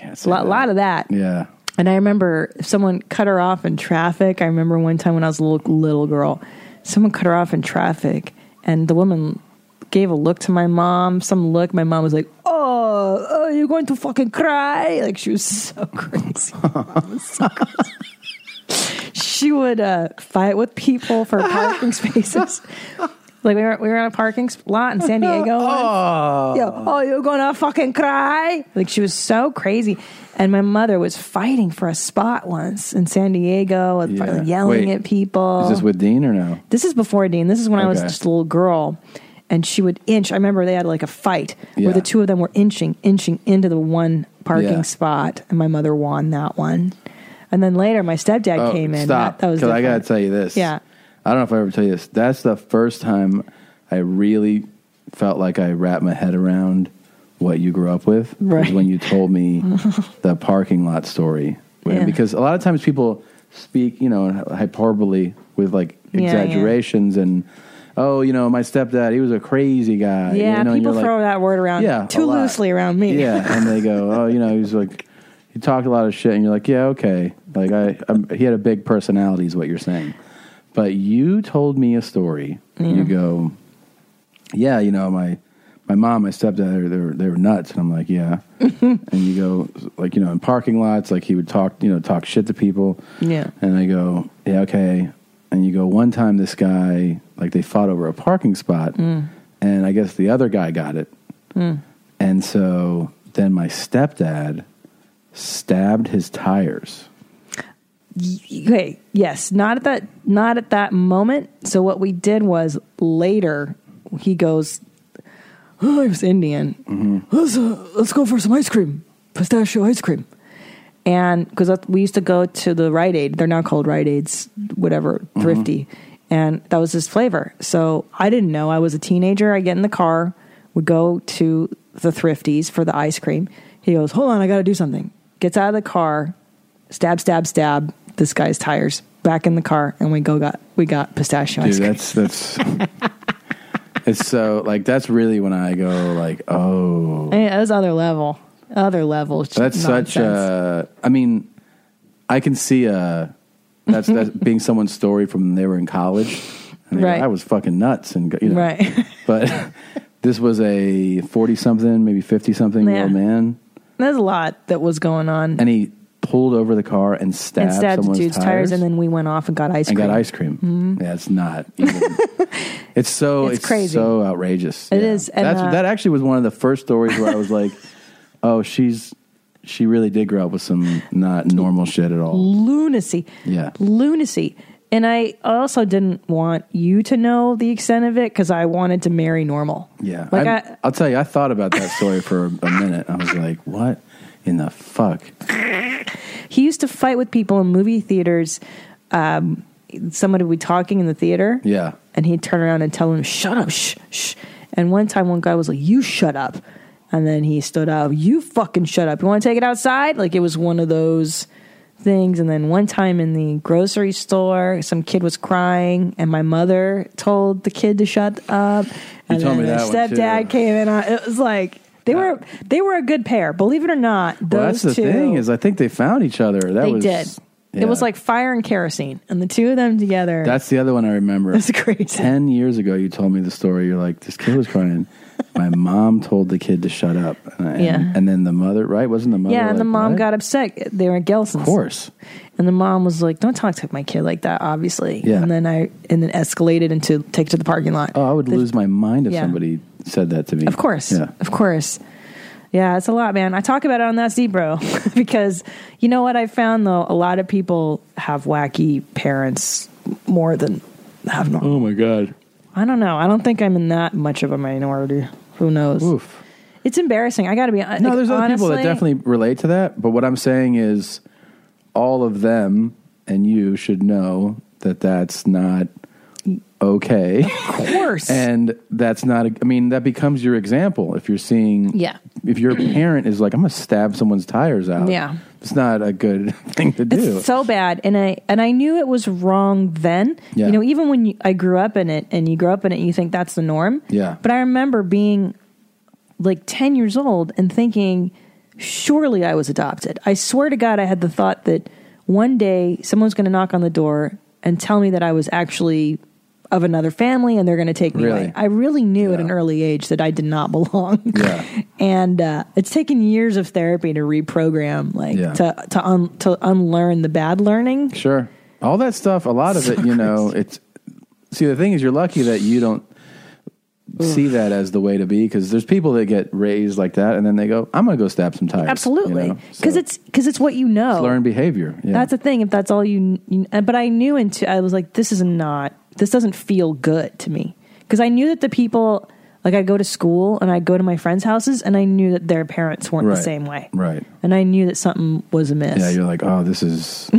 S1: A lot, lot of that.
S2: yeah.
S1: And I remember someone cut her off in traffic. I remember one time when I was a little, little girl, someone cut her off in traffic, and the woman gave a look to my mom. Some look. My mom was like, "Oh, oh you're going to fucking cry!" Like she was so crazy. My mom was so crazy. she would uh, fight with people for parking spaces. Like we were, we were on a parking sp- lot in San Diego.
S5: Oh.
S1: once. Yo, oh, you're gonna fucking cry! Like she was so crazy, and my mother was fighting for a spot once in San Diego, and
S2: Yeah.
S1: yelling
S2: Wait,
S1: at people.
S2: Is this with Dean or no?
S1: This is before Dean. This is when I was
S2: Okay.
S1: just a little girl. And she would inch. I remember they had like a fight
S2: Yeah.
S1: where the two of them were inching, inching into the one parking
S2: Yeah.
S1: spot. And my mother won that one. And then later, my stepdad
S2: Oh,
S1: came in.
S2: Stop.
S1: that, that was
S2: Because I
S1: different.
S2: got to tell you this.
S1: Yeah.
S2: I don't know if I ever tell you this. That's the first time I really felt like I wrapped my head around what you grew up with. was
S5: Right.
S2: when you told me the parking lot story.
S5: Yeah.
S2: Because a lot of times people speak, you know, hyperbole with like
S5: Yeah, yeah.
S2: exaggerations and, oh, you know, my stepdad, he was a crazy guy.
S1: Yeah,
S2: you know, and you're
S1: people
S2: like,
S1: throw that word around
S2: Yeah, a
S1: too
S2: lot.
S1: loosely around me.
S2: yeah, and they go, oh, you know, he's like, he talked a lot of shit, and you're like, yeah, okay, like I, i he had a big personality, is what you're saying. But you told me a story. You go, yeah, you know, my my mom, my stepdad, they were, they were they were nuts, and I'm like, yeah. and you go, like, you know, in parking lots, like he would talk, you know, talk shit to people,
S5: Yeah.
S2: and I go, yeah, okay. And you go, one time this guy, like they fought over a parking spot,
S5: Mm.
S2: and I guess the other guy got it.
S5: Mm.
S2: And so then my stepdad stabbed his tires.
S1: okay yes not at that not at that moment so what we did was later he goes oh, i was indian
S2: Mm-hmm.
S1: let's, uh, let's go for some ice cream pistachio ice cream and because we used to go to the Rite Aid, they're now called Rite Aids, whatever,
S2: Mm-hmm.
S1: thrifty, and that was this flavor. So I didn't know. I was a teenager. I get in the car, would go to the thrifties for the ice cream. He goes, "Hold on, I got to do something." Gets out of the car, stab, stab, stab. This guy's tires. Back in the car, and we go got we got pistachio
S2: Dude,
S1: ice cream.
S2: that's that's it's so like that's really when I go like, oh,
S1: I mean, that was other level, other level.
S2: that's such
S1: nonsense.
S2: a. I mean, I can see a that's that's being someone's story from when they were in college. And they go,
S5: Right.
S2: I was fucking nuts and go- you know,
S5: Right.
S2: But this was a forty something, maybe fifty something year old
S1: Yeah.
S2: man,
S1: There's a lot that was going on.
S2: and he pulled over the car and stabbed,
S1: and stabbed the
S2: someone's
S1: dude's tires. and then we went off and got ice
S2: and
S1: cream. Hmm.
S2: got ice cream. Yeah, it's not. Even, it's so it's,
S1: It's crazy.
S2: so outrageous.
S1: It
S2: It is.
S1: is, and,
S2: That's
S1: uh,
S2: that actually was one of the first stories where I was like, oh, she's she really did grow up with some not normal shit at all.
S1: Lunacy.
S2: Yeah.
S1: Lunacy. And I also didn't want you to know the extent of it because I wanted to marry normal.
S2: Yeah.
S1: Like
S2: I,
S1: I-
S2: will tell you, I thought about that story for a, a minute. I was like, what in the fuck?
S1: He used to fight with people in movie theaters. Um, somebody would be talking in the theater.
S2: Yeah.
S1: And he'd turn around and tell him, shut up, shh, shh. And one time, one guy was like, you shut up. And then he stood up, you fucking shut up. You want to take it outside? Like it was one of those things. And then one time in the grocery store, some kid was crying, and my mother told the kid to shut up. and
S2: told
S1: then
S2: me
S1: their
S2: that one, too.
S1: stepdad came in. on- It was like, they were they were a good pair, believe it or not. Those
S2: well, that's the
S1: two,
S2: thing is, I think they found each other. That
S1: they
S2: was,
S1: did.
S2: yeah.
S1: It was like fire and kerosene, and the two of them together.
S2: That's the other one I remember.
S1: That's crazy.
S2: Ten years ago, you told me the story. You're like, this kid was crying. My mom told the kid to shut up. And, and-
S1: Yeah.
S2: And then the mother, right? Wasn't the mother?
S1: yeah, and the
S2: like,
S1: mom
S2: "What?"
S1: got upset. They were at Gelson's,
S2: Of course.
S1: and the mom was like, "Don't talk to my kid like that." Obviously,
S2: Yeah.
S1: And then I and then escalated into take to the parking lot.
S2: Oh, I would lose my mind if
S1: Yeah.
S2: somebody said that to me.
S1: Of course.
S2: Yeah.
S1: Of course. Yeah, it's a lot, man. I talk about it on That's Deep, bro, because you know what I found though? A lot of people have wacky parents more than have normal.
S2: Oh my god.
S1: I don't know. I don't think I'm in that much of a minority. Who knows? It's embarrassing. I got to be honest.
S2: No, there's other people that definitely relate to that. But what I'm saying is, all of them and you should know that that's not okay. Of
S1: course.
S2: and that's not. A, I mean, that becomes your example. If you're seeing,
S1: Yeah.
S2: if your parent is like, "I'm gonna stab someone's tires out,"
S1: Yeah.
S2: it's not a good thing to do.
S1: It's so bad, and I and I knew it was wrong then.
S2: Yeah.
S1: You know, even when you, I grew up in it, and you grow up in it, you think that's the norm.
S2: yeah.
S1: But I remember being like 10 years old and thinking, surely I was adopted. I swear to God, I had the thought that one day someone's going to knock on the door and tell me that I was actually of another family and they're going to take me
S2: Really?
S1: away. I really knew at an early age that I did not belong.
S2: Yeah.
S1: and uh, it's taken years of therapy to reprogram, like
S2: Yeah.
S1: to, to, un- to unlearn the bad learning.
S2: Sure. All that stuff, a lot of
S1: So
S2: it, you know, it's see the thing is you're lucky that you don't see that as the way to be because there's people that get raised like that and then they go, I'm gonna go stab some tires. you
S1: Absolutely.
S2: know?
S1: Because it's, cause it's what you know.
S2: It's learned behavior. Yeah.
S1: That's the thing. If that's all you, you, but I knew into, I was like, this is not, this doesn't feel good to me. Cause I knew that the people, like I go to school and I go to my friends' houses and I knew that their parents weren't the
S2: Right.
S1: same way.
S2: Right.
S1: And I knew that something was amiss.
S2: Yeah, you're like, oh, this is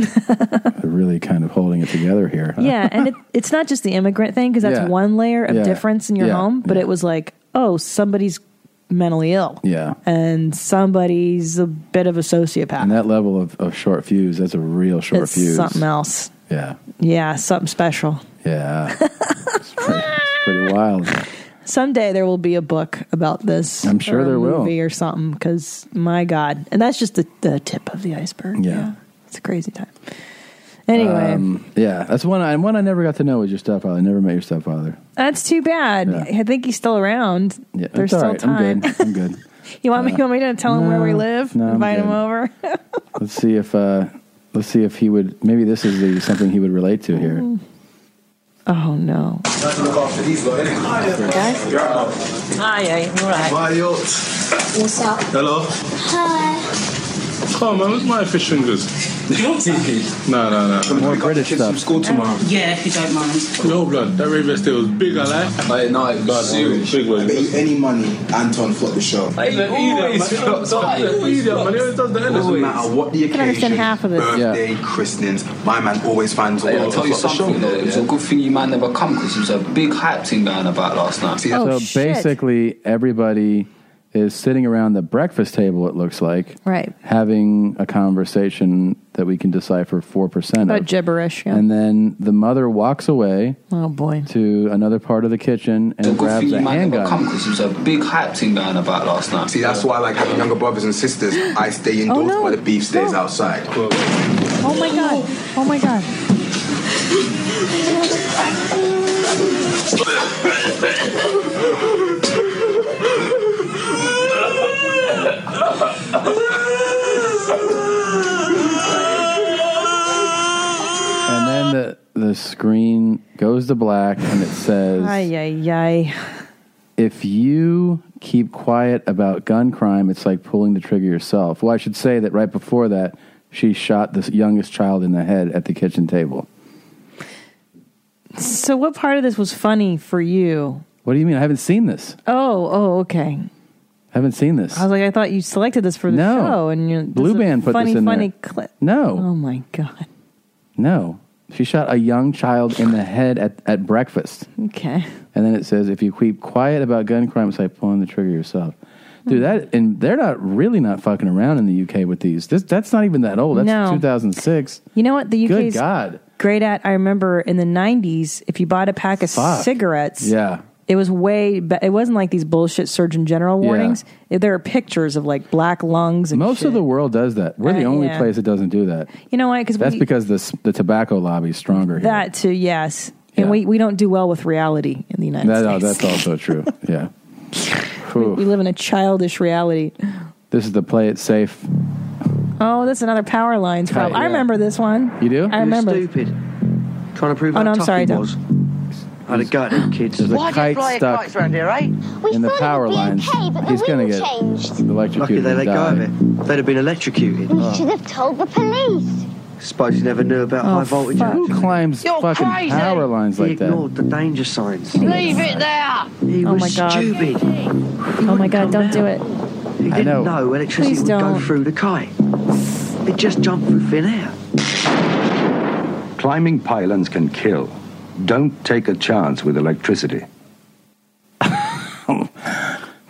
S2: really kind of holding it together here. huh?
S1: yeah. And it, it's not just the immigrant thing. Cause that's
S2: Yeah.
S1: one layer of
S2: Yeah.
S1: difference in your
S2: Yeah.
S1: home. But it was like, oh, somebody's mentally ill
S2: Yeah.
S1: and somebody's a bit of a sociopath.
S2: And that level of, of short fuse, that's a real short
S1: It's
S2: fuse.
S1: something else.
S2: Yeah.
S1: Yeah. Something special.
S2: Yeah. it's, pretty, it's pretty wild.
S1: Someday there will be a book about this.
S2: I'm sure
S1: or a
S2: there will.
S1: movie or something. Because my God, and that's just the, the tip of the iceberg.
S2: Yeah.
S1: it's a crazy time. Anyway,
S2: Um, yeah, that's one. I, one I never got to know was your stepfather. I never met your stepfather.
S1: that's too bad.
S2: Yeah.
S1: I think he's still around.
S2: Yeah,
S1: There's
S2: it's all
S1: still
S2: right. I'm
S1: time.
S2: good. I'm good.
S1: you want me? You want me to tell him where we
S2: No,
S1: live?
S2: no, I'm
S1: Invite him
S2: good.
S1: over.
S2: let's see if uh, let's see if he would. Maybe this is the, something he would relate to here.
S1: Oh no!
S5: Hi, you're right.
S24: Why you?
S5: What's up?
S24: Hello.
S5: Hi.
S24: Come on, where's my fish fingers? You don't take it. No, no, no. More British kids from school tomorrow.
S5: Yeah, if you don't mind.
S24: No blood. That Raven State was big, I like. I no, it was serious. Big one.
S25: Any money, Anton flopped the show. Doesn't matter what the
S1: I can understand
S25: occasion,
S1: half of this.
S25: birthday, christenings, my man always finds a way
S22: I'll
S25: to
S22: tell
S25: flop
S22: you
S25: the show.
S22: something, though. It was a good thing you man never come because it was a big hype thing going about last
S1: Oh,
S22: night.
S5: Oh,
S2: so basically, everybody is sitting around the breakfast table. It looks like
S1: Right.
S2: having a conversation that we can decipher four percent
S1: About
S2: of.
S1: gibberish. Yeah.
S2: And then the mother walks away
S1: oh boy!
S2: to another part of the kitchen
S22: It's a
S2: and
S22: good
S2: grabs
S22: thing you
S2: a
S22: man never come
S2: handgun.
S22: because it was a big hype thing going about last night.
S25: See, that's why I like having younger brothers and sisters. I
S22: Oh,
S25: stay indoors while the beef stays outside.
S1: Oh my God! Oh my God!
S2: And then the the screen goes to black and it says.
S1: Ay ay ay!
S2: if you keep quiet about gun crime, it's like pulling the trigger yourself. Well, I should say that right before that, she shot the youngest child in the head at the kitchen table.
S1: So, what part of this was funny for you?
S2: What do you mean? I haven't seen this.
S1: Oh, oh, okay.
S2: I haven't seen this.
S1: I was like, I thought you selected this for the
S2: No.
S1: show, and you
S2: Blue
S1: this is a
S2: Band put this
S1: funny,
S2: in there.
S1: funny clip.
S2: No.
S1: Oh my god.
S2: No. She shot a young child in the head at, at breakfast.
S1: Okay.
S2: And then it says, if you keep quiet about gun crimes, by pulling the trigger yourself. Dude, that and they're not really not fucking around in the UK with these. This that's not even that old. That's
S1: No.
S2: 2006.
S1: You know what? The
S2: Good
S1: UK's
S2: God.
S1: great at. I remember in the '90s, if you bought a pack of
S2: Fuck.
S1: cigarettes,
S2: Yeah.
S1: It was way. be- It wasn't like these bullshit Surgeon General
S2: Yeah.
S1: warnings. If There are pictures of like black lungs and
S2: Most
S1: shit.
S2: of the world does that. We're the
S1: Uh,
S2: only
S1: yeah.
S2: place that doesn't do that.
S1: You know why? Because
S2: That's because the s- the tobacco lobby is stronger here.
S1: that too. Yes, and we, we don't do well with reality in the United
S2: That, oh,
S1: States.
S2: that's also true. Yeah.
S1: we,
S2: Whew.
S1: we live in a childish reality.
S2: This is the play it safe.
S1: Oh, that's another power lines
S2: Right,
S1: problem. I
S2: yeah.
S1: remember this one.
S2: You do?
S1: I remember.
S22: Stupid. Trying to prove
S1: Oh,
S22: how
S1: no, I'm
S22: tough
S1: sorry,
S22: he
S1: Tom.
S22: was. I had a go at them kids.
S2: There's a kite stuck
S22: here, right?
S2: in the power lines. He's going to get electrocuted.
S22: Lucky they
S2: and
S22: let go
S2: die.
S22: of it. They'd have been electrocuted.
S2: Oh.
S22: Oh,
S20: We should have told the police.
S22: Suppose you never knew
S2: Oh,
S22: about
S21: Oh,
S22: high voltage.
S2: Who climbs
S22: You're
S2: fucking
S22: crazy.
S2: power lines
S22: He
S2: like that?
S22: ignored the danger signs.
S20: Leave it there.
S22: He
S1: Oh
S22: was
S1: my God.
S22: stupid.
S1: Oh my god! Don't do it.
S22: He
S2: I
S22: didn't
S2: know.
S22: know. electricity
S1: Please
S22: would
S1: don't.
S22: go through the kite. It just jumped through thin air.
S26: Climbing pylons can kill. Don't take a chance with electricity.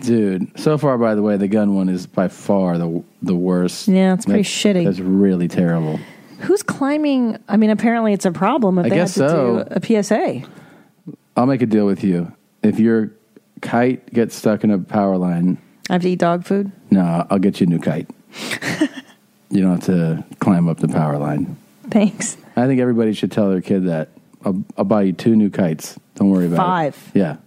S2: Dude, so far, by the way, the gun one is by far the the worst.
S1: Yeah, it's pretty
S2: That's-
S1: shitty.
S2: That's really terrible.
S1: Who's climbing? I mean, apparently it's a problem if
S2: I
S1: they
S2: guess
S1: have to
S2: so.
S1: do a PSA.
S2: I'll make a deal with you. If your kite gets stuck in a power line,
S1: I have to eat dog food.
S2: no, I'll get you a new kite. you don't have to climb up the power line.
S1: Thanks.
S2: I think everybody should tell their kid that. I'll, I'll buy you two new kites. Don't worry about it.
S1: Five.
S2: Yeah.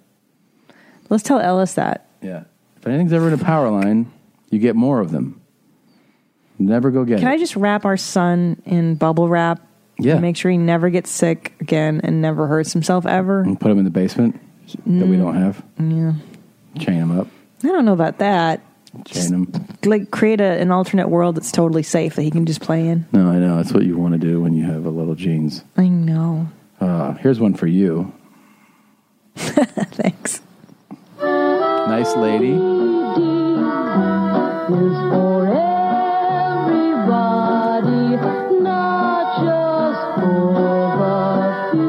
S1: Let's tell Ellis that.
S2: Yeah. If anything's ever in a power line, you get more of them. Never go get
S1: Can
S2: it.
S1: I just wrap our son in bubble wrap?
S2: Yeah.
S1: Make sure he never gets sick again and never hurts himself ever.
S2: and put them in the basement that we don't have.
S1: Mm. Yeah.
S2: Chain them up.
S1: I don't know about that.
S2: Chain them.
S1: Like create a, an alternate world that's totally safe that he can just play in.
S2: No, I know. That's what you want to do when you have a little jeans.
S1: I know.
S2: Uh, here's one for you.
S1: Thanks.
S2: Nice lady.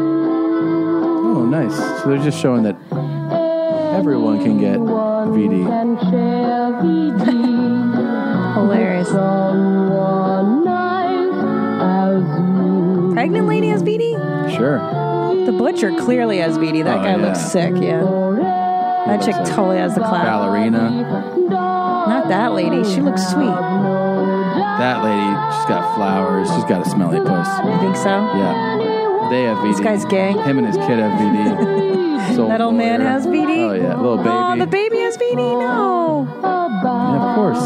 S2: Oh, nice. So they're just showing that everyone can get VD.
S1: Hilarious. Pregnant lady has BD?
S2: Sure.
S1: The butcher clearly has BD. That
S2: Oh,
S1: guy
S2: yeah.
S1: looks sick, yeah. That chick totally has the clap.
S2: Ballerina.
S1: Not that lady. She looks sweet.
S2: That lady, she's got flowers. She's got a smelly puss.
S1: You think so?
S2: Yeah. They have VD.
S1: This guy's gay.
S2: Him and his kid have VD. Soul
S1: That old man
S2: lawyer.
S1: has BD?
S2: Oh, yeah. Little baby.
S1: Oh, the baby has BD? No.
S2: Yeah, of course.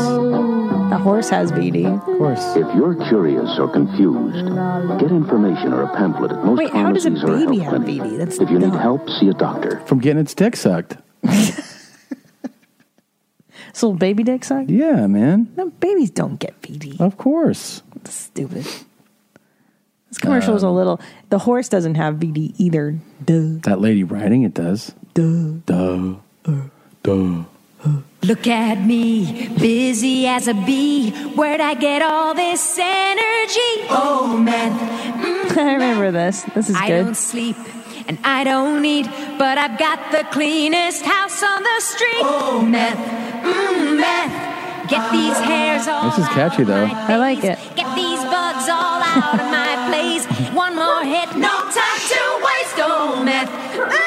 S1: The horse has BD.
S2: Of course.
S6: If you're curious or confused, get information or a pamphlet at most
S1: Wait, how does
S6: pharmacies
S1: a
S6: or a
S1: baby
S6: health
S1: have
S6: clinic.
S1: BD? That's
S6: If you need
S1: dumb.
S6: help, see a doctor.
S2: From getting its dick sucked.
S1: This little baby dick suck?
S2: Yeah, man.
S1: No, babies don't get BD.
S2: Of course.
S1: That's stupid. This
S2: Uh,
S1: commercial was a little. The horse doesn't have BD either. Duh.
S2: That lady riding it does.
S1: Duh.
S2: Duh. Duh.
S3: Look at me, busy as a bee. Where'd I get all this energy? Oh man,
S1: I remember this. This is
S3: I
S1: good.
S3: don't sleep and I don't eat, but I've got the cleanest house on the street. Oh man, mm, meth. Get these hairs all
S2: This is catchy, though.
S3: I like it. Get these bugs all out of my place. One more hit, no time to waste. Oh meth, mm, meth.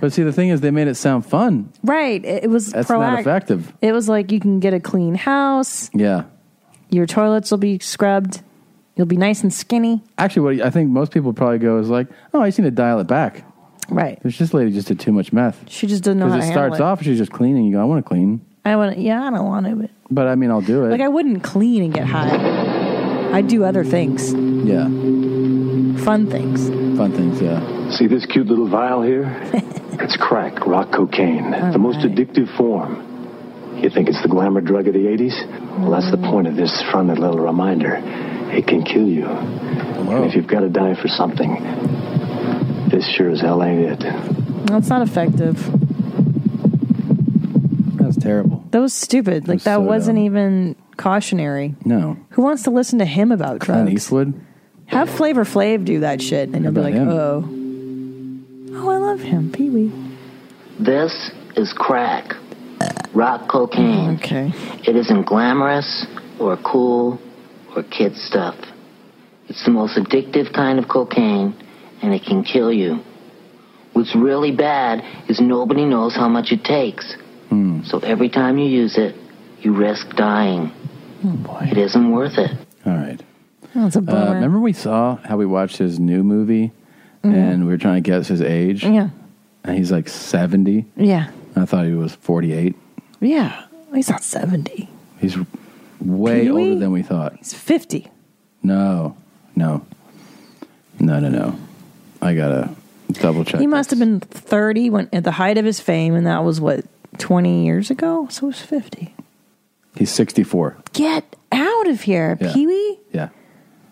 S2: But see, the thing is, they made it sound fun.
S1: Right. It, it was
S2: That's not
S1: proact-
S2: effective.
S1: It was like you can get a clean house.
S2: Yeah.
S1: Your toilets will be scrubbed. You'll be nice and skinny.
S2: Actually, what I think most people probably go is like, oh, I just need to dial it back.
S1: Right.
S2: There's this lady just did too much meth.
S1: She just doesn't know how to
S2: it
S1: handle
S2: starts
S1: it.
S2: off, she's just cleaning. You go, I want to clean.
S1: I want. Yeah, I don't want to. But
S2: But I mean, I'll do it.
S1: like, I wouldn't clean and get high. I do other things,
S2: yeah.
S1: fun things.
S2: Fun things, yeah.
S6: See this cute little vial here? it's crack, rock cocaine, the most addictive form. You think it's the glamour drug of the 80s? Well, that's the point of this fun little reminder. It can kill you. And if you've got to die for something, this sure as hell ain't it.
S1: No, it's not effective.
S2: That was terrible.
S1: That was stupid. Like
S2: was
S1: that
S2: so
S1: wasn't even cautionary.
S2: No.
S1: Who wants to listen to him about drugs?
S2: Clint Eastwood?
S1: Have Flavor Flav do that shit, and you'll be
S2: about
S1: like,
S2: him?
S1: oh, oh, I love him, Pee Wee.
S12: This is crack, rock cocaine.
S1: Okay.
S12: It isn't glamorous or cool or kid stuff. It's the most addictive kind of cocaine, and it can kill you. What's really bad is nobody knows how much it takes. So every time you use it, you risk dying. It isn't worth it.
S2: All right.
S1: That's a bummer.
S2: Uh, remember we saw how we watched his new movie
S1: Mhm.
S2: and we were trying to guess his age?
S1: Yeah.
S2: And he's like 70.
S1: Yeah.
S2: I thought he was 48.
S1: Yeah. He's not 70.
S2: He's way
S1: Pee-wee?
S2: older than we thought.
S1: He's 50.
S2: No, no, no, no, no. I gotta double check.
S1: he must have been 30 when at the height of his fame, and that was what, 20 years ago? So he's 50.
S2: He's 64.
S1: Get out of here,
S2: Yeah.
S1: Pee Wee.
S2: Yeah.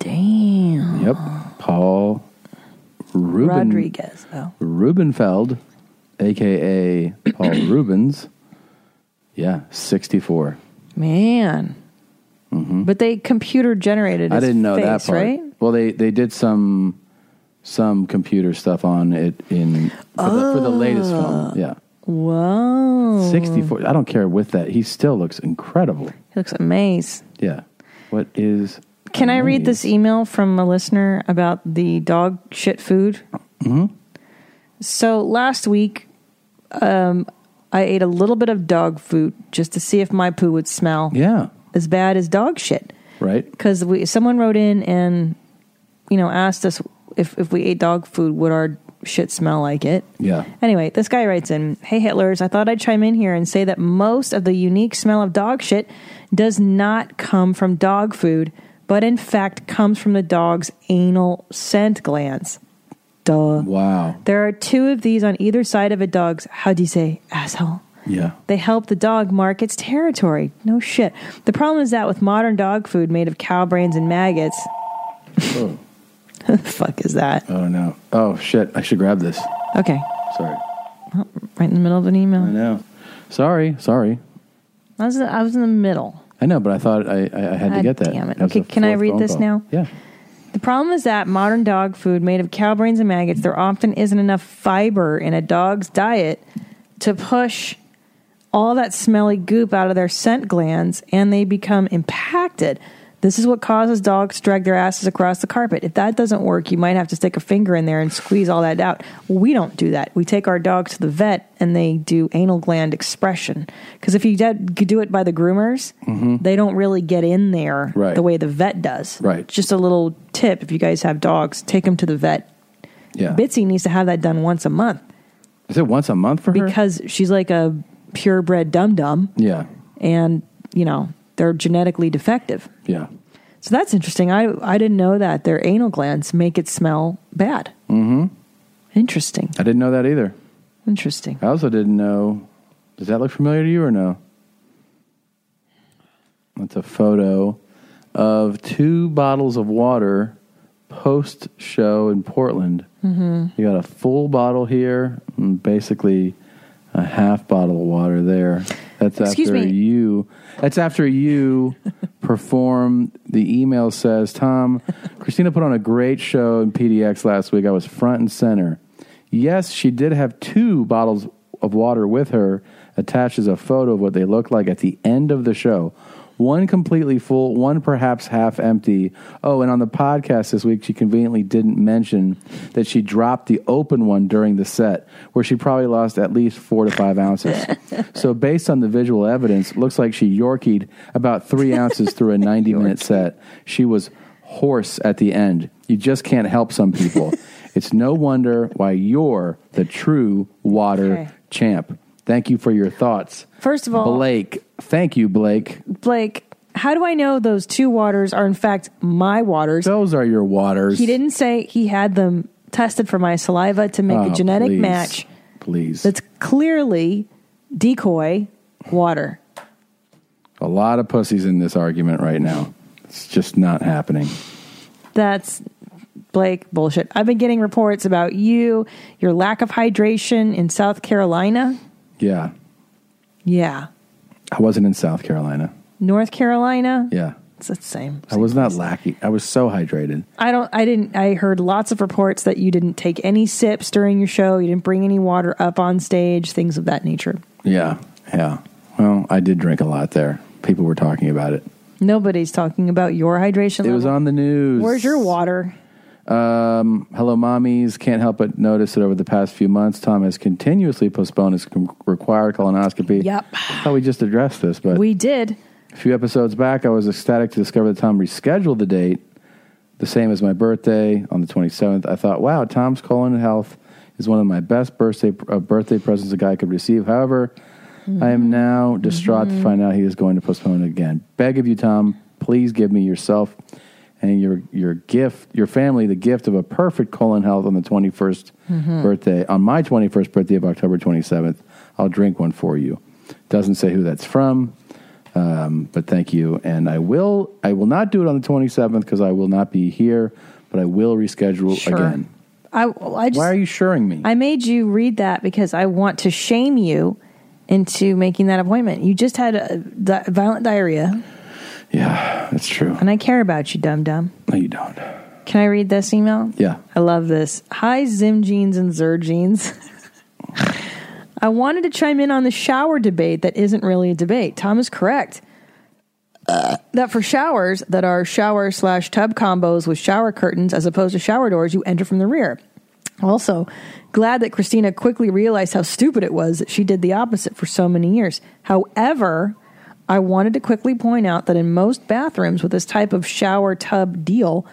S1: Damn.
S2: Yep. Paul Ruben,
S1: Rodriguez. Oh.
S2: Rubenfeld, aka Paul Rubens. Yeah, 64.
S1: Man. But they computer generated.
S2: Mm-hmm. I
S1: his
S2: didn't know that
S1: face,
S2: part.
S1: Right?
S2: Well, they they did some some computer stuff on it in for, the, for the latest
S1: Oh.
S2: film. Yeah.
S1: Whoa.
S2: 64. I don't care with that. He still looks incredible.
S1: He looks amazed.
S2: Yeah. What is
S1: Can I read this email from a listener about the dog shit food?
S2: Mhm.
S1: So last week, um, I ate a little bit of dog food just to see if my poo would smell.
S2: Yeah.
S1: As bad as dog shit.
S2: right?
S1: because we someone wrote in and you know asked us if if we ate dog food would our shit smell like it
S2: Yeah.
S1: anyway this guy writes in hey hitlers i thought i'd chime in here and say that most of the unique smell of dog shit does not come from dog food but in fact comes from the dog's anal scent glands duh
S2: wow
S1: there are two of these on either side of a dog's how do you say asshole
S2: Yeah.
S1: they help the dog mark its territory. No shit. The problem is that with modern dog food made of cow brains and maggots,
S2: Oh.
S1: the fuck is that?
S2: Oh no. Oh shit. I should grab this.
S1: Okay.
S2: Sorry.
S1: Oh, right in the middle of an
S2: I
S1: email.
S2: know. Sorry. Sorry.
S1: I was, I was in the middle.
S2: I know, but I thought I, I, I had to
S1: God
S2: get that.
S1: damn it.
S2: That was
S1: Okay,
S2: the
S1: can I
S2: fourth
S1: read
S2: phone
S1: this
S2: call.
S1: now?
S2: Yeah.
S1: The problem is that modern dog food made of cow brains and maggots, there often isn't enough fiber in a dog's diet to push all that smelly goop out of their scent glands and they become impacted. This is what causes dogs to drag their asses across the carpet. If that doesn't work, you might have to stick a finger in there and squeeze all that out. We don't do that. We take our dog to the vet and they do anal gland expression. Because if you do- do it by the groomers,
S2: Mhm.
S1: they don't really get in there
S2: Right.
S1: the way the vet does.
S2: Right.
S1: Just a little tip if you guys have dogs, take them to the vet.
S2: Yeah.
S1: Bitsy needs to have that done once a month
S2: Is it once a month for her?
S1: because she's like a purebred dum dum
S2: Yeah.
S1: and, you know, they're genetically defective.
S2: Yeah.
S1: So that's interesting. I I didn't know that their anal glands make it smell bad.
S2: Mm-hmm.
S1: Interesting.
S2: I didn't know that either.
S1: Interesting.
S2: I also didn't know. Does that look familiar to you or no? That's a photo of two bottles of water post show in Portland.
S1: Mm-hmm.
S2: You got a full bottle here, and basically a half bottle of water there. That's
S1: Excuse
S2: after
S1: me.
S2: you. That's after you perform. The email says, "Tom, Christina put on a great show in PDX last week. I was front and center. Yes, she did have two bottles of water with her. Attached is a photo of what they looked like at the end of the show." One completely full, one perhaps half empty. Oh, and on the podcast this week, she conveniently didn't mention that she dropped the open one during the set, where she probably lost at least four to five ounces. so, based on the visual evidence, it looks like she yorkied about three ounces through a 90 minute set. She was hoarse at the end. You just can't help some people. it's no wonder why you're the true water
S1: Okay.
S2: champ. Thank you for your thoughts.
S1: First of all-
S2: Blake. Thank you, Blake.
S1: Blake, how do I know those two waters are in fact my waters?
S2: Those are your waters.
S1: He didn't say he had them tested for my saliva to make
S2: Oh,
S1: a genetic
S2: please.
S1: match
S2: Please.
S1: that's clearly decoy water.
S2: A lot of pussies in this argument right now. It's just not happening.
S1: That's Blake bullshit. I've been getting reports about you, your lack of hydration in South Carolina.
S2: Yeah.
S1: Yeah.
S2: I wasn't in South Carolina.
S1: North Carolina.
S2: Yeah.
S1: It's the same.
S2: I was not lacking. I was so hydrated.
S1: I don't. I didn't. I heard lots of reports that you didn't take any sips during your show. You didn't bring any water up on stage. Things of that nature.
S2: Yeah. Yeah. Well, I did drink a lot there. People were talking about it.
S1: Nobody's talking about your hydration.
S2: It was
S1: level.
S2: on the news.
S1: Where's your water?
S2: Um, hello, mommies. Can't help but notice that over the past few months, Tom has continuously postponed his com- required colonoscopy.
S1: Yep.
S2: I thought we just addressed this, but
S1: We did.
S2: a few episodes back, I was ecstatic to discover that Tom rescheduled the date, the same as my birthday on the 27th. I thought, wow, Tom's colon health is one of my best birthday, uh, birthday presents a guy could receive. However, I am now distraught to find out he is going to postpone it again. Beg of you, Tom, please give me yourself and your your gift, your family, the gift of a perfect colon health on the 21st
S11: Mhm.
S2: birthday, on my 21st birthday of October 27th. I'll drink one for you. Doesn't say who that's from, um, but thank you. And I will I will not do it on the 27th because I will not be here, but I will reschedule
S1: Sure.
S2: again.
S1: I. I just.
S2: Why are you suring me?
S1: I made you read that because I want to shame you into making that appointment. You just had a, di- violent diarrhea,
S2: that's true.
S1: and I care about you, dum dum.
S2: No, you don't.
S1: Can I read this email?
S2: Yeah.
S1: I love this. Hi, Zim Jeans and Zer Jeans. I wanted to chime in on the shower debate that isn't really a debate. Tom is correct. that for showers that are shower slash tub combos with shower curtains as opposed to shower doors, you enter from the rear. Also, glad that Christina quickly realized how stupid it was that she did the opposite for so many years. However, I wanted to quickly point out that in most bathrooms with this type of shower tub deal,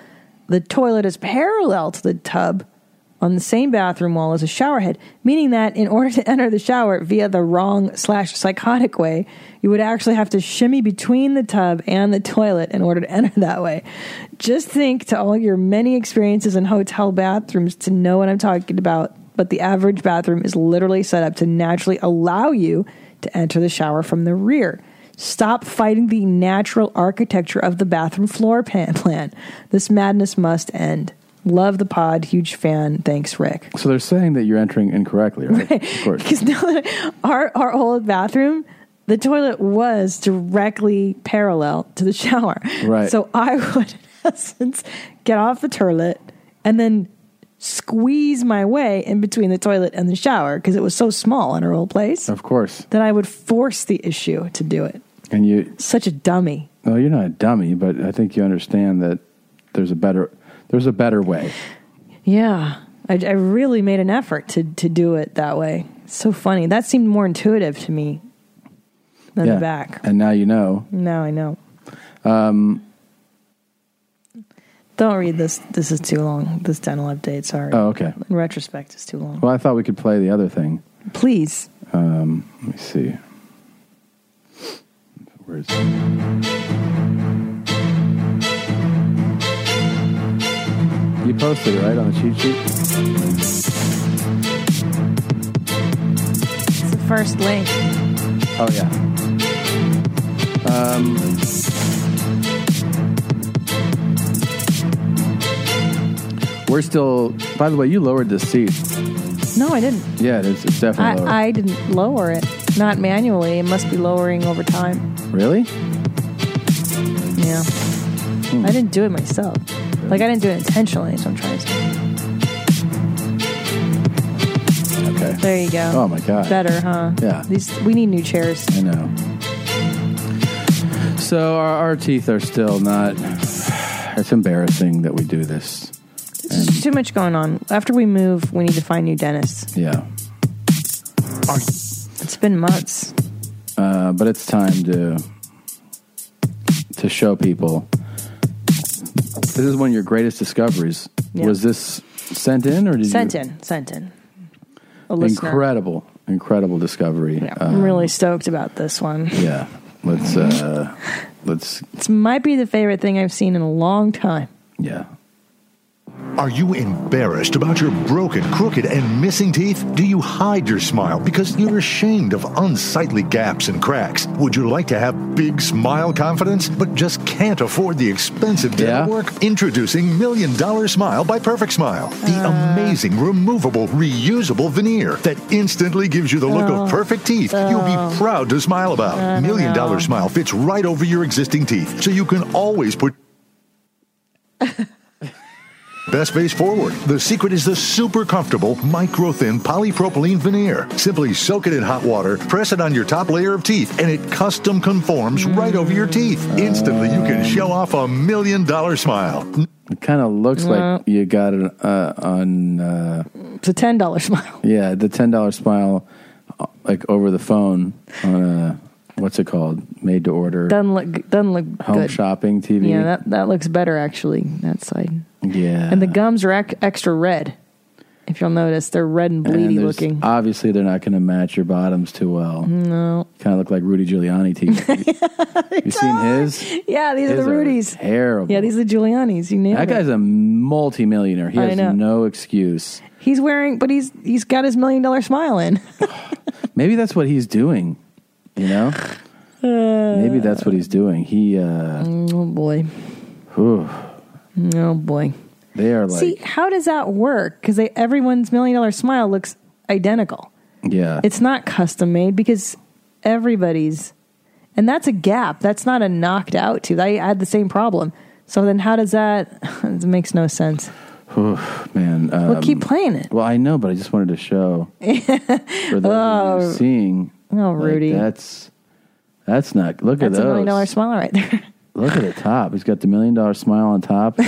S1: the toilet is parallel to the tub on the same bathroom wall as a shower head, meaning that in order to enter the shower via the wrong slash psychotic way, you would actually have to shimmy between the tub and the toilet in order to enter that way. Just think to all your many experiences in hotel bathrooms to know what I'm talking about, but the average bathroom is literally set up to naturally allow you to enter the shower from the rear. Stop fighting the natural architecture of the bathroom floor pan plan. This madness must end. Love the pod. Huge fan. Thanks, Rick.
S2: So they're saying that you're entering incorrectly, right? Of course.
S1: Because now that our, our old bathroom, the toilet was directly parallel to the shower.
S2: Right.
S1: So I would, in essence, get off the toilet and then squeeze my way in between the toilet and the shower because it was so small in our old place.
S2: Of course.
S1: That I would force the issue to do it.
S2: And you
S1: Such a dummy.
S2: Well, you're not a dummy, but I think you understand that there's a better there's a better way.
S1: Yeah, I, I really made an effort to to do it that way. So funny. That seemed more intuitive to me than
S2: Yeah.
S1: the back.
S2: And now you know.
S1: Now I know.
S2: Um,
S1: Don't read this. This is too long. This dental update. Sorry.
S2: Oh, okay.
S1: In retrospect, it's too long.
S2: well, I thought we could play the other thing.
S1: Please.
S2: Um, let me see. Where is it? You posted it right on the cheat sheet.
S1: It's the first link.
S2: Oh yeah. Um, we're still. By the way, you lowered the seat.
S1: No, I didn't.
S2: Yeah, it is. It's definitely lowered.
S1: I, I didn't lower it. Not manually. It must be lowering over time.
S2: really?
S1: Yeah.
S2: Hmm.
S1: I didn't do it myself. Like I didn't do it intentionally. So I'm trying to. say.
S2: Okay.
S1: There you go.
S2: Oh my god.
S1: Better, huh?
S2: Yeah.
S1: These we need new chairs.
S2: I know. So our, our teeth are still not. It's embarrassing that we do this.
S1: There's too much going on. After we move, we need to find new dentists.
S2: Yeah.
S1: It's been months.
S2: Uh, but it's time to to show people. This is one of your greatest discoveries.
S1: Yeah.
S2: Was this sent in or did
S1: Sent
S2: you?
S1: in, sent in. A listener.
S2: Incredible, incredible discovery. Yeah.
S1: I'm really stoked about this one.
S2: yeah. Let's uh, let's
S1: This might be the favorite thing I've seen in a long time.
S2: yeah.
S11: Are you embarrassed about your broken, crooked, and missing teeth? Do you hide your smile because you're ashamed of unsightly gaps and cracks? Would you like to have big smile confidence but just can't afford the expensive dental work? Introducing Million Dollar Smile by Perfect Smile, the amazing, removable, reusable veneer that instantly gives you the look
S13: Oh.
S11: of perfect teeth you'll be proud to smile about.
S13: I don't
S11: Million Dollar
S13: know.
S11: Smile fits right over your existing teeth so you can always put Best face forward. The secret is the super comfortable, micro thin polypropylene veneer. Simply soak it in hot water, press it on your top layer of teeth, and it custom conforms right over your teeth. Instantly, you can show off a million dollar smile.
S2: It kind of looks
S1: No.
S2: like you got it uh, on. Uh,
S1: It's a ten dollar smile.
S2: yeah, the ten dollar smile, uh, like over the phone on a what's it called? Made to order
S1: Doesn't look doesn't look
S2: home
S1: good.
S2: shopping TV.
S1: Yeah, that that looks better actually. That side.
S2: yeah.
S1: And the gums are ac- extra red. If you'll notice, they're red and
S2: And
S1: bleedy
S2: there's-
S1: looking.
S2: Obviously, they're not going to match your bottoms too well.
S1: No.
S2: Kind of look like Rudy Giuliani teeth. you seen his?
S1: Yeah, these are
S2: His
S1: the Rudies.
S2: Terrible.
S1: Yeah, these are the Giulianis. You nailed
S2: that
S1: it.
S2: guy's a multimillionaire. He
S1: I
S2: has
S1: know.
S2: no excuse.
S1: He's wearing, but he's he's got his million dollar smile in.
S2: Maybe that's what he's doing. You know, maybe
S1: Uh,
S2: that's what he's doing. He, uh,
S1: oh boy,
S2: whew,
S1: oh boy,
S2: they are like,
S1: See, how does that work? Because everyone's million dollar smile looks identical.
S2: yeah,
S1: It's not custom made because everybody's, and that's a gap. That's not a knocked out tooth. I had the same problem. So then, how does that? it makes no sense.
S2: whew, man. Um,
S1: Well, keep playing it.
S2: Well, I know, but I just wanted to show for those of you
S1: oh,
S2: seeing.
S1: oh,
S2: like,
S1: Rudy,
S2: that's that's not. Look
S1: that's
S2: at
S1: a million
S2: those.
S1: dollar smile right there.
S2: Look at the top. He's got the million dollar smile on top,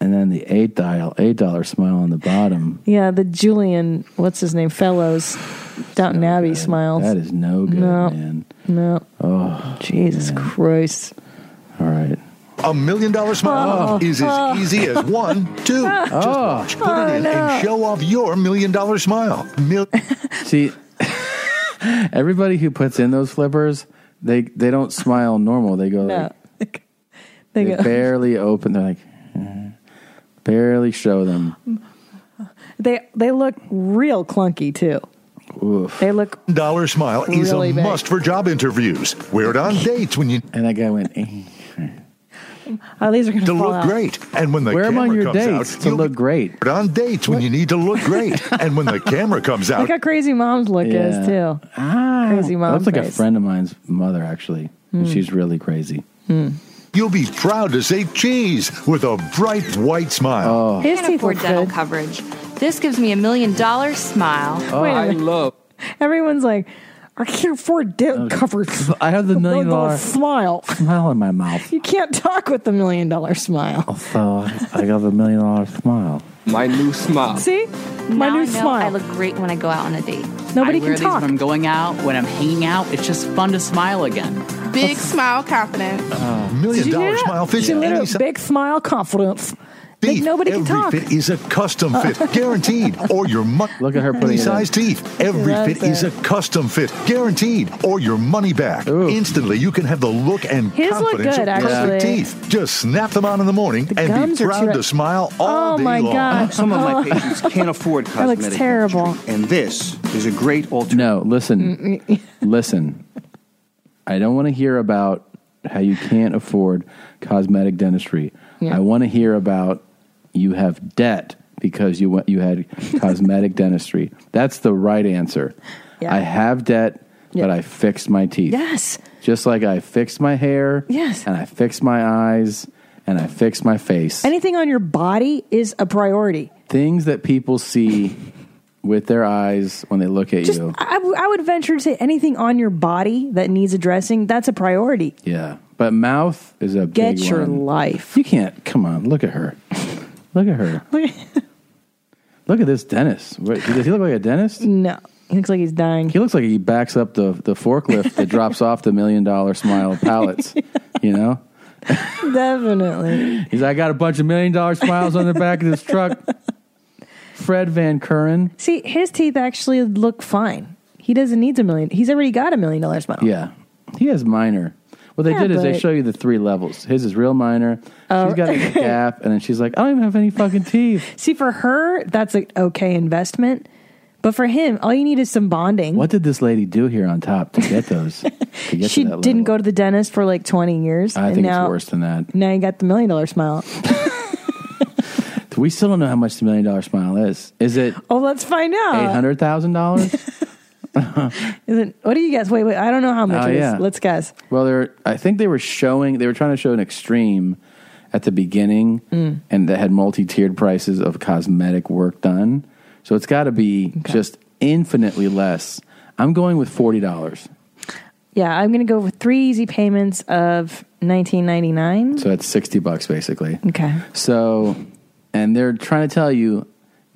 S2: and then the eight dial eight dollar smile on the bottom.
S1: Yeah, the Julian, what's his name, Fellows, Downton Abbey smiles.
S2: That is no good,
S1: no,
S2: man.
S1: No,
S2: Oh,
S1: Jesus Christ!
S2: All right.
S11: A million dollar smile
S1: Oh.
S11: is as
S1: Oh.
S11: easy as one, two. Just
S13: Oh.
S11: watch, put it in, and show off your million dollar smile. Mil-
S2: See, everybody who puts in those flippers, they they don't smile normal. They go
S1: no.
S2: like,
S1: They
S2: they,
S1: go.
S2: barely open. They're like eh, barely show them.
S1: They they look real clunky too.
S2: Oof.
S1: They look
S11: Dollar smile is
S1: Really
S11: a
S1: big.
S11: must for job interviews. Wear it on dates when you.
S2: And that guy went.
S1: Oh, these are going
S11: to
S1: fall
S11: look
S1: out.
S11: great. And when the
S2: Wear 'em
S11: camera
S2: on your
S11: comes
S2: dates
S11: out,
S2: to
S11: you'll
S2: look great.
S11: Put on dates when you need to look great. and when the camera comes out,
S1: Look how crazy mom's look is
S2: Yeah. Ah,
S1: too. crazy mom.
S2: That's like a
S1: face.
S2: friend of mine's mother actually. and
S11: Hmm.
S2: She's really crazy.
S1: Hmm.
S11: you'll be proud to say cheese with a bright white smile.
S2: Oh.
S14: I can't afford dental coverage. This gives me a million dollar smile.
S2: Oh, I
S14: love.
S1: Everyone's like, I can't afford
S2: Oh,
S1: dental coverage.
S2: I have the million dollar
S1: smile.
S2: Smile in my mouth.
S1: You can't talk with the million dollar smile.
S2: So I got the million dollar smile.
S27: My new smile.
S1: See,
S14: My new I smile. I look great when I go out on a date.
S27: I wear these when I'm going out, when I'm hanging out. It's just fun to smile again.
S10: Big smile confidence.
S11: Million dollar smile fits
S1: She
S11: any
S1: literally
S11: size.
S1: big smile confidence. Think nobody
S11: every
S1: can talk.
S11: fit is a custom fit, guaranteed. Or your money. Look at her
S2: putting it in.
S11: size teeth. Every
S2: Love
S11: fit is a
S2: that.
S11: custom fit, guaranteed. Or your money back. Instantly, you can have the look and
S1: His look
S11: confidence
S1: good,
S11: of
S1: actually.
S11: perfect teeth. Just snap them on in the morning and
S1: gums
S11: be
S1: are too-
S11: proud to smile all
S1: Oh,
S11: day
S1: my
S11: long.
S1: God.
S28: Some of
S1: Oh.
S28: my patients can't afford
S1: That
S28: cosmetic.
S1: looks terrible.
S28: surgery, And this is a great alternative.
S2: No, listen, listen. I don't want to hear about how you can't afford cosmetic dentistry.
S29: Yeah.
S2: I want to hear about you have debt because you went, you had cosmetic dentistry. That's the right answer.
S1: Yeah.
S2: I have debt, but I fixed my teeth.
S1: Yes.
S2: Just like I fixed my hair.
S1: Yes.
S2: And I fixed my eyes and I fixed my face.
S1: Anything on your body is a priority.
S2: Things that people see with their eyes when they look at
S1: Just,
S2: you.
S1: I, I would venture to say anything on your body that needs addressing, that's a priority.
S2: Yeah, but mouth is a
S1: Get
S2: big
S1: your
S2: one.
S1: life.
S2: You can't. Come on, look at her. Look at her. look at this dentist. Wait, does he look like a dentist?
S1: No, he looks like he's dying.
S2: He looks like he backs up the the forklift that drops off the million dollar smile pallets. You know,
S1: Definitely.
S2: he's. Like, I got a bunch of million dollar smiles on the back of this truck. Fred Van Curren.
S1: See, his teeth actually look fine. He doesn't need a million. He's already got a million dollar smile.
S2: Yeah, he has minor. What they
S1: Oh. Yeah,
S2: did is they
S1: but-
S2: show you the three levels. His is real minor.
S1: Oh.
S2: She's got a gap, and then she's like, I don't even have any fucking teeth.
S1: See, for her, that's an okay investment. But for him, all you need is some bonding.
S2: What did this lady do here on top to get those? To get
S1: She
S2: to that level?
S1: didn't go to the dentist for like 20 years.
S2: I
S1: and
S2: think
S1: now,
S2: it's worse than that.
S1: Now you got the million dollar smile.
S2: We still don't know how much the million dollar smile is. Is it
S1: Oh, let's find
S2: eight
S1: out.
S2: hundred thousand dollars?
S1: Is it, what do you guess? Wait, wait. I don't know how much
S2: Oh,
S1: it is.
S2: yeah.
S1: Let's guess.
S2: Well, they're. I think they were showing. They were trying to show an extreme at the beginning,
S1: Mm.
S2: and that had multi-tiered prices of cosmetic work done. So it's got to be just infinitely less. I'm going with forty dollars.
S1: Yeah, I'm going to go with three easy payments of 1999.
S2: So that's sixty bucks basically.
S1: Okay.
S2: So, and they're trying to tell you,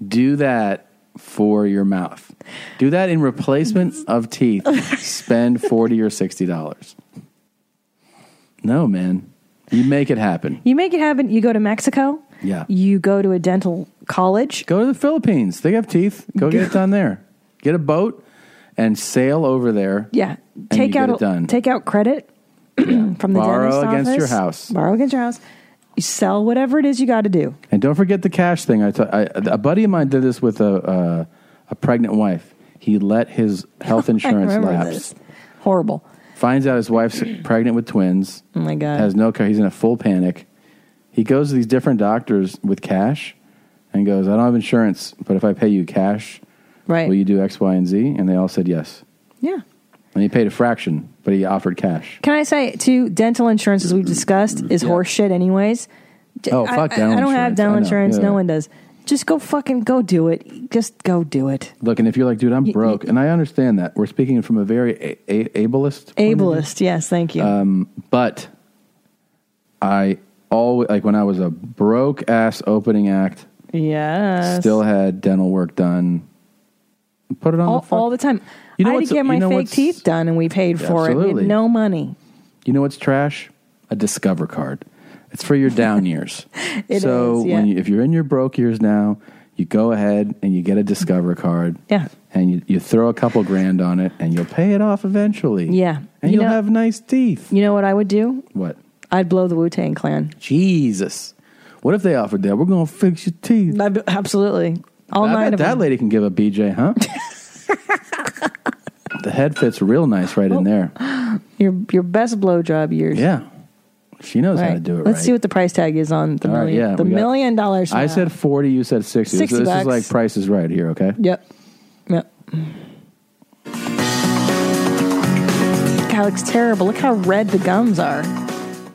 S2: do that for your mouth. Do that in replacement
S1: Mm-hmm.
S2: of teeth. Spend forty or sixty dollars. No, man, you make it happen.
S1: You make it happen. You go to Mexico.
S2: Yeah.
S1: You go to a dental college.
S2: Go to the Philippines. They have teeth. Go get it done there. Get a boat and sail over there.
S1: Yeah.
S2: And
S1: Take
S2: you
S1: out
S2: get it done.
S1: take out credit from the
S2: Borrow
S1: dentist
S2: against
S1: office.
S2: your house.
S1: Borrow against your house. You sell whatever it is you got to do.
S2: And don't forget the cash thing. I ta- I- a buddy of mine did this with a uh, a pregnant wife. He let his health insurance
S1: remember
S2: lapse.
S1: this. Horrible.
S2: Finds out his wife's pregnant with twins.
S1: Oh my god.
S2: Has no care. He's in a full panic. He goes to these different doctors with cash and goes, "I don't have insurance, but if I pay you cash,
S1: Right.
S2: will you do X, Y, and Z?" And they all said yes.
S1: Yeah.
S2: And he paid a fraction, but he offered cash.
S1: Can I say too? Dental insurance, as we've discussed, is
S2: Yeah.
S1: horse shit. Anyways. D-
S2: Oh,
S1: I-
S2: fuck
S1: I,
S2: dental
S1: I don't have
S2: insurance.
S1: dental
S2: I know.
S1: insurance.
S2: Yeah.
S1: No one does. Just go fucking go do it. Just go do it.
S2: Look, and if you're like, dude, I'm broke, and I understand that. We're speaking from a very a- a- ableist. point of view.
S1: Ableist. Yes. Thank you.
S2: Um, but I always like when I was a broke ass opening act,
S1: yes.
S2: still had dental work done. Put it on
S1: all,
S2: the fuck.
S1: all the time.
S2: You know
S1: I had
S2: what's-
S1: to get my
S2: you know
S1: fake
S2: what's-
S1: teeth done, and we paid for it. We
S2: Absolutely.
S1: had no money.
S2: You know what's trash? A Discover card. It's for your down years.
S1: It
S2: so
S1: is, yeah.
S2: when you, if you're in your broke years now, you go ahead and you get a Discover card.
S1: Yeah.
S2: And you, you throw a couple grand on it, and you'll pay it off eventually.
S1: Yeah,
S2: And
S1: You
S2: you'll
S1: know-
S2: have nice teeth.
S1: You know what I would do?
S2: What?
S1: I'd blow the Wu Tang Clan.
S2: Jesus. What if they offered that? We're going to fix your teeth.
S1: absolutely. All
S2: I
S1: nine
S2: bet
S1: of
S2: that
S1: them.
S2: lady can give a BJ, huh? the head fits real nice right in there.
S1: Your your best blowjob years.
S2: Yeah. She knows how to do it
S1: Let's
S2: right.
S1: see what the price tag is on the
S2: All right,
S1: million.
S2: yeah,
S1: the
S2: we got-
S1: million dollars.
S2: I said 40, you said 60.
S1: 60
S2: so this
S1: bucks.
S2: is like price is right here, okay?
S1: Yep. Yep. God, it looks terrible. Look how red the gums are.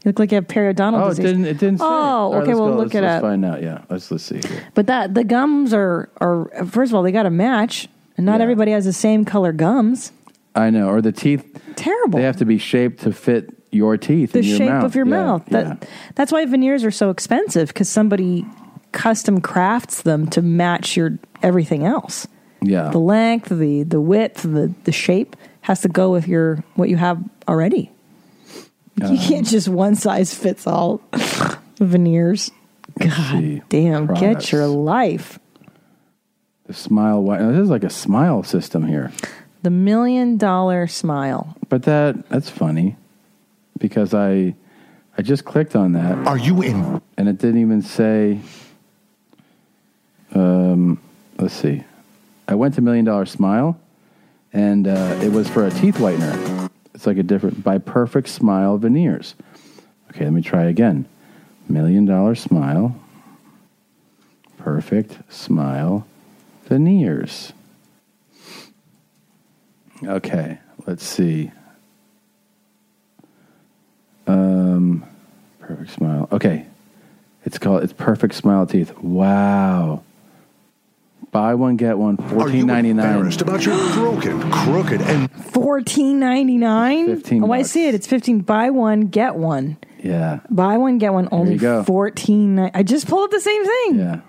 S1: You look like you have periodontal
S2: oh,
S1: disease.
S2: it didn't it didn't say. All
S1: Oh,
S2: right,
S1: okay.
S2: let's
S1: We'll
S2: go.
S1: look
S2: let's,
S1: it
S2: let's
S1: up.
S2: find out. Yeah. Let's let's see here.
S1: But that the gums are are first of all they got to match, and not everybody has the same color gums.
S2: I know. Or the teeth
S1: Terrible.
S2: They have to be shaped to fit your teeth
S1: The
S2: and your
S1: shape
S2: mouth.
S1: of your
S2: Yeah,
S1: mouth. That
S2: yeah.
S1: that's why veneers are so expensive because somebody custom crafts them to match your everything else.
S2: Yeah.
S1: The length, the the width, the the shape has to go with your what you have already.
S2: Um,
S1: you can't just one size fits all veneers. God damn,
S2: Products.
S1: get your life.
S2: The smile wi- This is like a smile system here.
S1: The million dollar smile.
S2: But that that's funny because I I just clicked on that. Are you in? And it didn't even say. Um, let's see. I went to Million Dollar Smile, and uh, it was for a teeth whitener. It's like a different by Perfect Smile veneers. Okay, let me try again. Million Dollar Smile. Perfect Smile veneers. Okay, let's see. Um, perfect smile. Okay, it's called it's perfect smile teeth. Wow. Buy one get one. Fourteen ninety nine. Embarrassed
S11: about your broken, crooked, and
S1: Fourteen ninety nine.
S2: $15
S1: Oh, I see it. It's fifteen. Buy one, get one.
S2: yeah.
S1: Buy one, get one. Only
S2: you go.
S1: fourteen. ni- I just pulled up the same thing.
S2: Yeah.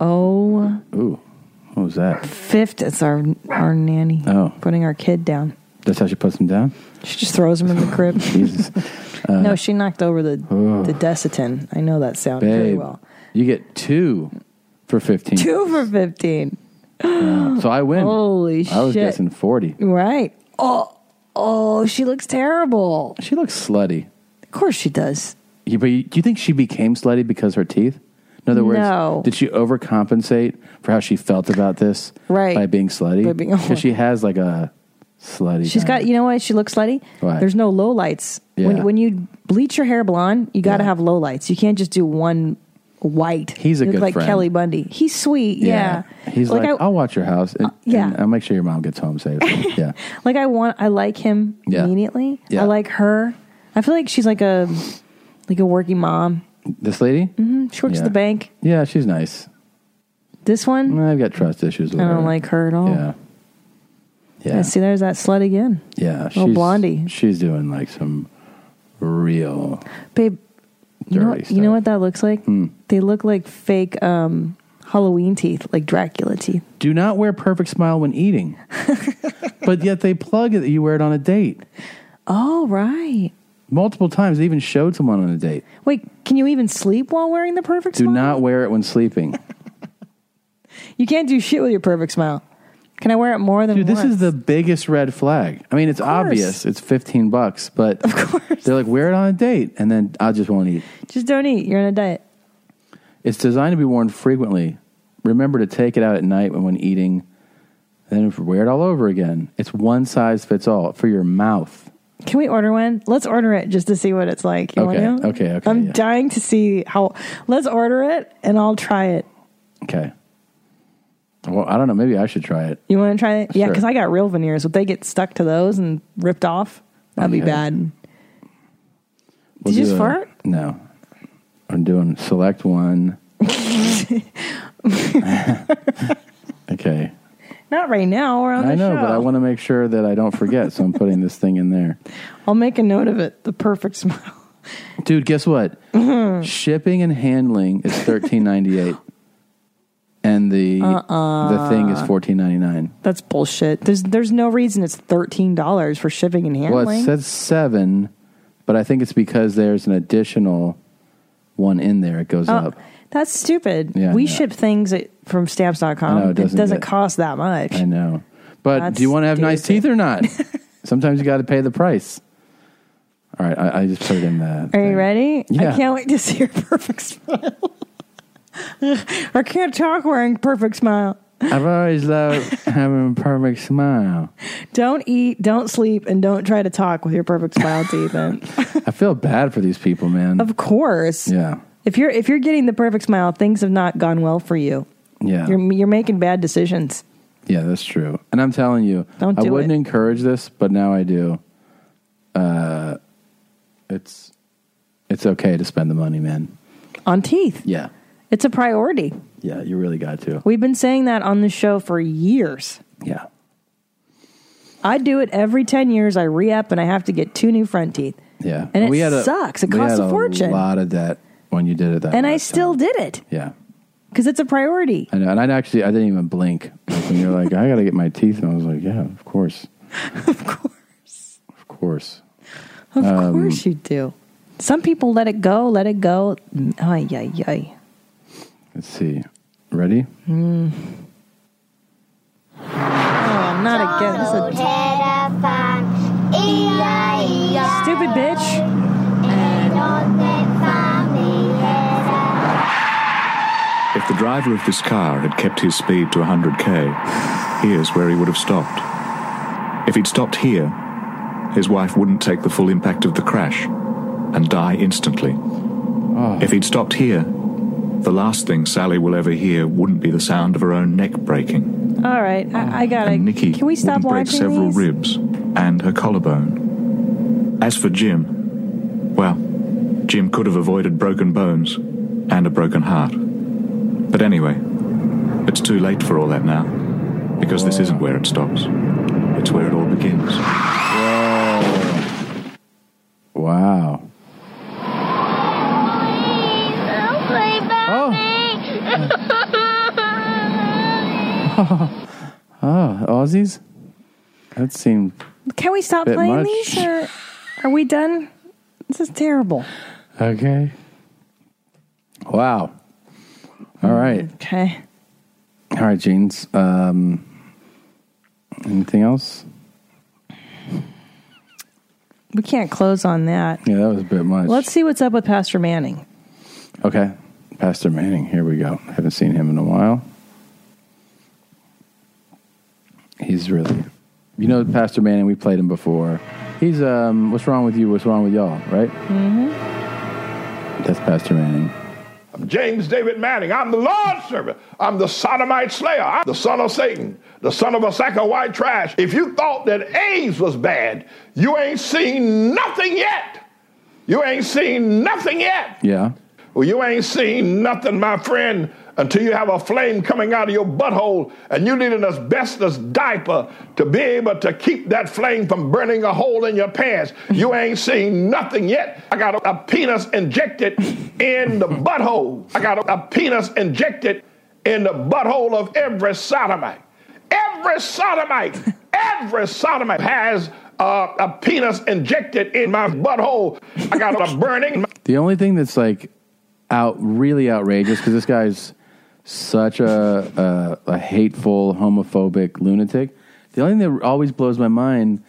S1: Oh,
S2: Ooh, what was that?
S1: fifth. It's our our nanny.
S2: Oh.
S1: putting our kid down.
S2: That's how she puts them down.
S1: She just throws him in the crib.
S2: Jesus. Uh,
S1: no, she knocked over the
S2: oh.
S1: the Desitin. I know that sound very
S2: babe,
S1: well.
S2: you get two for fifteen.
S1: Two for fifteen.
S2: Uh, So I win.
S1: Holy
S2: I was
S1: shit.
S2: guessing forty.
S1: Right. Oh, oh, she looks terrible.
S2: She looks slutty.
S1: Of course she does.
S2: You, but you, do you think she became slutty because her teeth? In other words,
S1: No.
S2: did she overcompensate for how she felt about this
S1: Right.
S2: by being slutty?
S1: By being-
S2: Because she has like a slutty.
S1: She's got, you know what? She looks slutty.
S2: Why?
S1: There's no low lights.
S2: Yeah.
S1: When, when you bleach your hair blonde, you got to have low lights. You can't just do one white.
S2: He's a
S1: You look
S2: good
S1: like
S2: friend.
S1: Kelly Bundy. He's sweet. Yeah.
S2: He's like,
S1: I, Uh,
S2: I'll watch your house. And,
S1: yeah.
S2: and I'll make sure your mom gets home safe. yeah.
S1: like I want, I like him
S2: Yeah.
S1: immediately.
S2: Yeah.
S1: I like her. I feel like she's like a, like a working mom.
S2: This lady?
S1: hmm She works at
S2: Yeah.
S1: the bank.
S2: Yeah, she's nice.
S1: This one,
S2: I've got trust issues
S1: I
S2: with her.
S1: don't like her at all.
S2: Yeah. Yeah.
S1: I see. There's that slut again.
S2: Yeah.
S1: Oh, Blondie.
S2: She's doing like some real.
S1: Babe, you know, what, you know what that looks like?
S2: Hmm.
S1: They look like fake um, Halloween teeth, like Dracula teeth.
S2: Do not wear perfect smile when eating. but yet they plug it that you wear it on a date.
S1: Oh, right.
S2: Multiple times. They even showed someone on a date.
S1: Wait, can you even sleep while wearing the perfect
S2: Do
S1: smile?
S2: not wear it when sleeping.
S1: You can't do shit with your perfect smile. Can I wear it more than
S2: Dude, this
S1: once?
S2: is the biggest red flag. I mean, it's obvious. It's 15 bucks, but of course. they're like, wear it on a date, and then I just won't eat.
S1: Just don't eat. You're on a diet.
S2: It's designed to be worn frequently. Remember to take it out at night when, when eating, and then wear it all over again. It's one size fits all for your mouth.
S1: Can we order one? Let's order it just to see what it's like. You
S2: Okay,
S1: want to?
S2: okay, okay,
S1: I'm
S2: yeah.
S1: dying to see how. Let's order it and I'll try it.
S2: Okay. Well, I don't know. Maybe I should try it.
S1: You want to try it? Yeah,
S2: Sure.
S1: because I got real veneers. If they get stuck to those and ripped off, that'd be
S2: Okay.
S1: bad.
S2: We'll
S1: Did you
S2: do
S1: just
S2: a-
S1: fart?
S2: No. I'm doing select one. okay.
S1: Not right now. We're on the
S2: I know,
S1: show.
S2: but I want to make sure that I don't forget, so I'm putting this thing in there.
S1: I'll make a note of it. The perfect smile.
S2: Dude, guess what? Shipping and handling is thirteen ninety eight, and the
S1: Uh-uh.
S2: the thing is fourteen ninety nine.
S1: That's bullshit. There's there's no reason it's thirteen dollars for shipping and handling.
S2: Well, it says seven, but I think it's because there's an additional one in there. It goes
S1: Oh,
S2: up.
S1: That's stupid.
S2: Yeah, I
S1: we
S2: know.
S1: ship things at, from stamps.com.
S2: I know, it doesn't get-
S1: cost that much.
S2: I know, but
S1: That's
S2: do you want to have nice teeth or not? Sometimes you got to pay the price. All right, I, I just put it in the.
S1: Are you ready?
S2: Yeah.
S1: I can't wait to see your perfect smile. I can't talk wearing perfect smile.
S2: I've always loved having a perfect smile.
S1: Don't eat, don't sleep, and don't try to talk with your perfect smile teeth in.
S2: I feel bad for these people, man.
S1: Of course.
S2: Yeah,
S1: If you're if you're getting the perfect smile, things have not gone well for you.
S2: yeah.
S1: You're you're making bad decisions.
S2: Yeah, that's true. And I'm telling you,
S1: Don't
S2: I
S1: do
S2: wouldn't
S1: it.
S2: encourage this, but now I do. Uh, it's it's okay to spend the money, man.
S1: On teeth.
S2: Yeah,
S1: It's a priority.
S2: yeah, you really got to.
S1: We've been saying that on the show for years.
S2: Yeah,
S1: I do it every 10 years. I re up and I have to get two new front teeth.
S2: yeah.
S1: And it sucks. It
S2: we
S1: costs
S2: had
S1: a fortune.
S2: A lot of debt when you did it that.
S1: and
S2: way.
S1: I still did it
S2: yeah,
S1: because it's a priority.
S2: I know. And I actually I didn't even blink Like, when you're like, I got to get my teeth, and I was like, yeah, of course, of course,
S1: Of
S2: of course, Um,
S1: course you do. Some people let it go, let it go. Ay, ay, ay.
S2: Let's see. Ready?
S1: Mm. Oh, not again. This is a stupid bitch.
S17: If the driver of this car had kept his speed to 100k, here's where he would have stopped. If he'd stopped here, his wife wouldn't take the full impact of the crash and die instantly. If he'd stopped here, the last thing Sally will ever hear wouldn't be the sound of her own neck breaking.
S1: All right. I, I got to
S17: and Nikki
S1: Can we stop
S17: wouldn't break
S1: watching
S17: several
S1: these?
S17: ribs and her collarbone. As for Jim, well, Jim could have avoided broken bones and a broken heart. But anyway, it's too late for all that now, because this isn't where it stops. It's where it all begins.
S2: Wow. Oh, Aussies. That seemed.
S1: Can we stop
S2: Bit
S1: playing
S2: much.
S1: these? Or are we done? This is terrible.
S2: Okay. Wow. All right.
S1: Okay.
S2: All right, Jeans. Um, anything else?
S1: we can't close on that.
S2: Yeah, that was a bit much.
S1: Let's see what's up with Pastor Manning.
S2: Okay. Pastor Manning, here we go. Haven't seen him in a while. He's really, you know, Pastor Manning, we played him before. He's, um, what's wrong with you? What's wrong with y'all, right?
S1: Mm-hmm.
S2: That's Pastor Manning.
S9: I'm James David Manning. I'm the Lord's servant. I'm the sodomite slayer. I'm the son of Satan, the son of a sack of white trash. If you thought that AIDS was bad, you ain't seen nothing yet. You ain't seen nothing yet.
S2: Yeah.
S9: Well, you ain't seen nothing, my friend, until you have a flame coming out of your butthole and you need an asbestos diaper to be able to keep that flame from burning a hole in your pants. You ain't seen nothing yet. I got a, a penis injected in the butthole. I got a, a penis injected in the butthole of every sodomite. Every sodomite, every sodomite has uh, a penis injected in my butthole. I got a burning.
S2: The only thing that's like out really outrageous because this guy's such a, a a hateful homophobic lunatic. The only thing that always blows my mind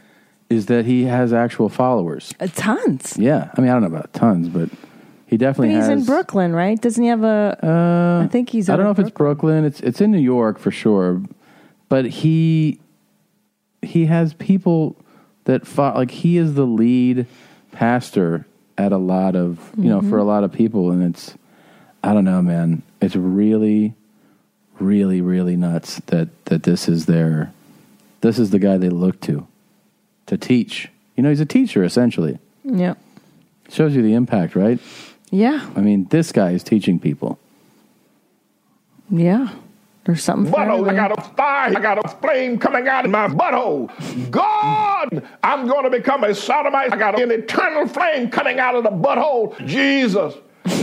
S2: is that he has actual followers.
S1: Uh, tons.
S2: Yeah, I mean I don't know about tons, but he
S1: But
S2: definitely
S1: he's
S2: has. Uh,
S1: in Brooklyn, right? Doesn't he have a? I think he's.
S2: I
S1: out
S2: don't know
S1: of
S2: if it's Brooklyn. It's it's in New York for sure, but he he has people that fought like he is the lead pastor at a lot of you know
S8: Mhm.
S1: Mm-hmm.
S2: for a lot of people, and it's I don't know, man. It's really, really, really nuts that that this is their this is the guy they look to to teach. You know, he's a teacher essentially.
S1: Brooklyn. Yeah.
S2: Shows you the impact, right?
S1: Yeah.
S2: I mean, this guy is teaching people.
S1: Yeah. There's something. for
S9: butthole. oh, I
S1: everyone.
S9: got a fire. I got a flame coming out of my butthole. God, I'm going to become a sodomite. I got an eternal flame coming out of the butthole. Jesus,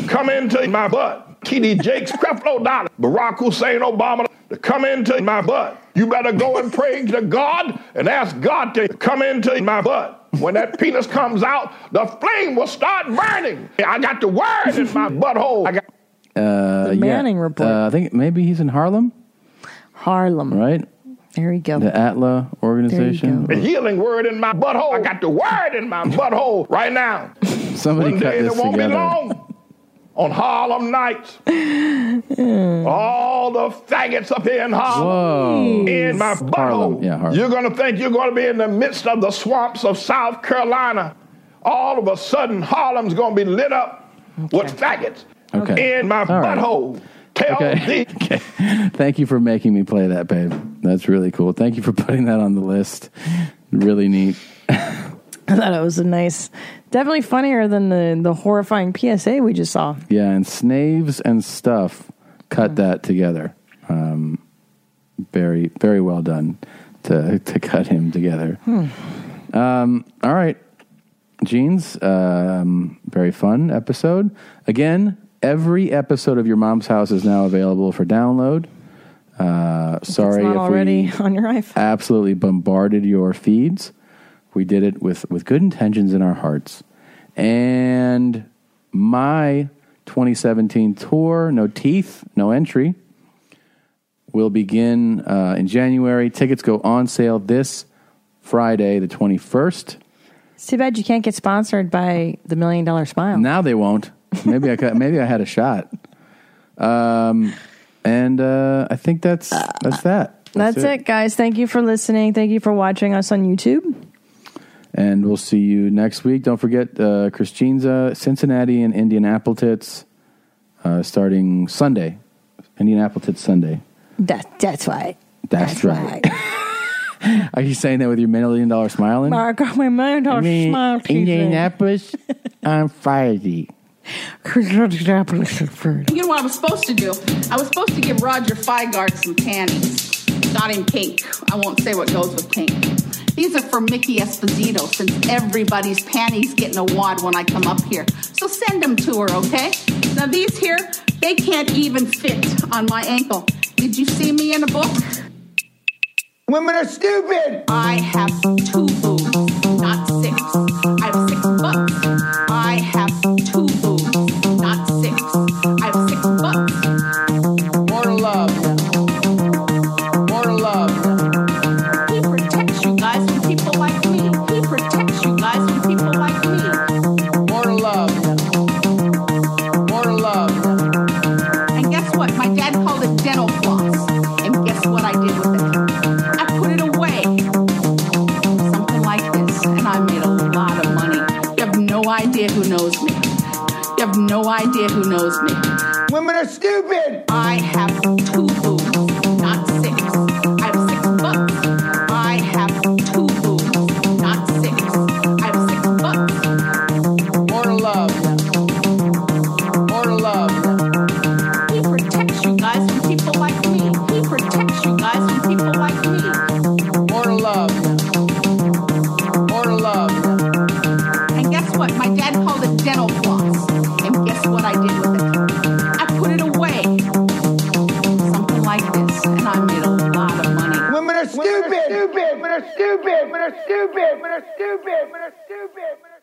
S9: come into my butt. TD Jakes, Creflo Dollar, Barack Hussein Obama, to come into my butt. You better go and pray to God and ask God to come into my butt. When that penis comes out, the flame will start burning. I got the word in my butthole. I got
S2: Uh,
S9: The Manning
S2: yeah.
S9: report.
S2: Uh, I think maybe he's in Harlem.
S1: Harlem,
S2: right?
S1: There you go.
S2: The Atla organization.
S9: A healing word in my butthole. I got the word in my butthole right now.
S2: Somebody
S9: One
S2: cut
S9: day
S2: this
S9: it won't
S2: together.
S9: be long. On Harlem nights. All the faggots up here in Harlem.
S2: Whoa.
S9: In my butthole.
S2: Harlem, yeah, Harlem.
S9: You're going to think you're going to be in the midst of the swamps of South Carolina. All of a sudden, Harlem's going to be lit up with faggots.
S2: Okay.
S9: In my
S2: All right.
S9: butthole. Tell
S2: Okay.
S9: thee-
S2: okay. Thank you for making me play that, babe. That's really cool. Thank you for putting that on the list. Really neat.
S1: I thought it was a nice, definitely funnier than the the horrifying PSA we just saw.
S2: Yeah, and Snaves and stuff
S1: Mm.
S2: cut that together. Um, very, very well done to to cut him together.
S1: Hmm.
S2: Um, all right, jeans. Um, very fun episode. Again, every episode of Your Mom's House is now available for download. Uh, sorry,
S1: it's not
S2: if
S1: already
S2: we
S1: on your iPhone.
S2: absolutely bombarded your feeds. We did it with, with good intentions in our hearts. And my 2017 tour, no teeth, no entry, will begin uh, in January. Tickets go on sale this Friday, the 21st.
S1: It's too bad you can't get sponsored by the Million Dollar Smile.
S2: Now they won't. Maybe I cut, maybe I had a shot. Um, and uh, I think that's that's that.
S1: That's, it. guys. Thank you for listening. Thank you for watching us on YouTube.
S2: And we'll see you next week. Don't forget uh, Christine's Cincinnati and Indianapolis tits uh, starting Sunday. Indianapolis tits Sunday.
S1: That, that's why.
S2: That's, right. Are you saying that with your million dollar smiling?
S1: I got my million dollar
S2: I mean,
S1: smile.
S2: Indianapolis on Friday.
S1: Indianapolis on Friday.
S10: You know what I was supposed to do? I was supposed to give Roger Feigart some panties. Not in pink. I won't say what goes with pink. These are for Mickey Esposito, since everybody's panties get in a wad when I come up here. So send them to her, okay? Now these here, they can't even fit on my ankle. Did you see me in a book? Women are stupid! I have two boobs, not six. I have six bucks. I have two boobs, not six. I have six bucks. More love. More love. He protects you guys from people like me. He protects you guys from people like no idea who knows me. You have no idea who knows me. Women are stupid. I have two boobs, not six. I have six bucks. I have two boobs, not six. I have six bucks. More love. More love. He protects you guys from people like me. He protects you guys from people like me. More love. More love. And guess what? My dad called it dental floss. And guess what I did with it? I put it away. Something like this. And I made a lot of money. Women are stupid! Women are stupid! Women are stupid! Women are stupid! Women are stupid! Women are stupid!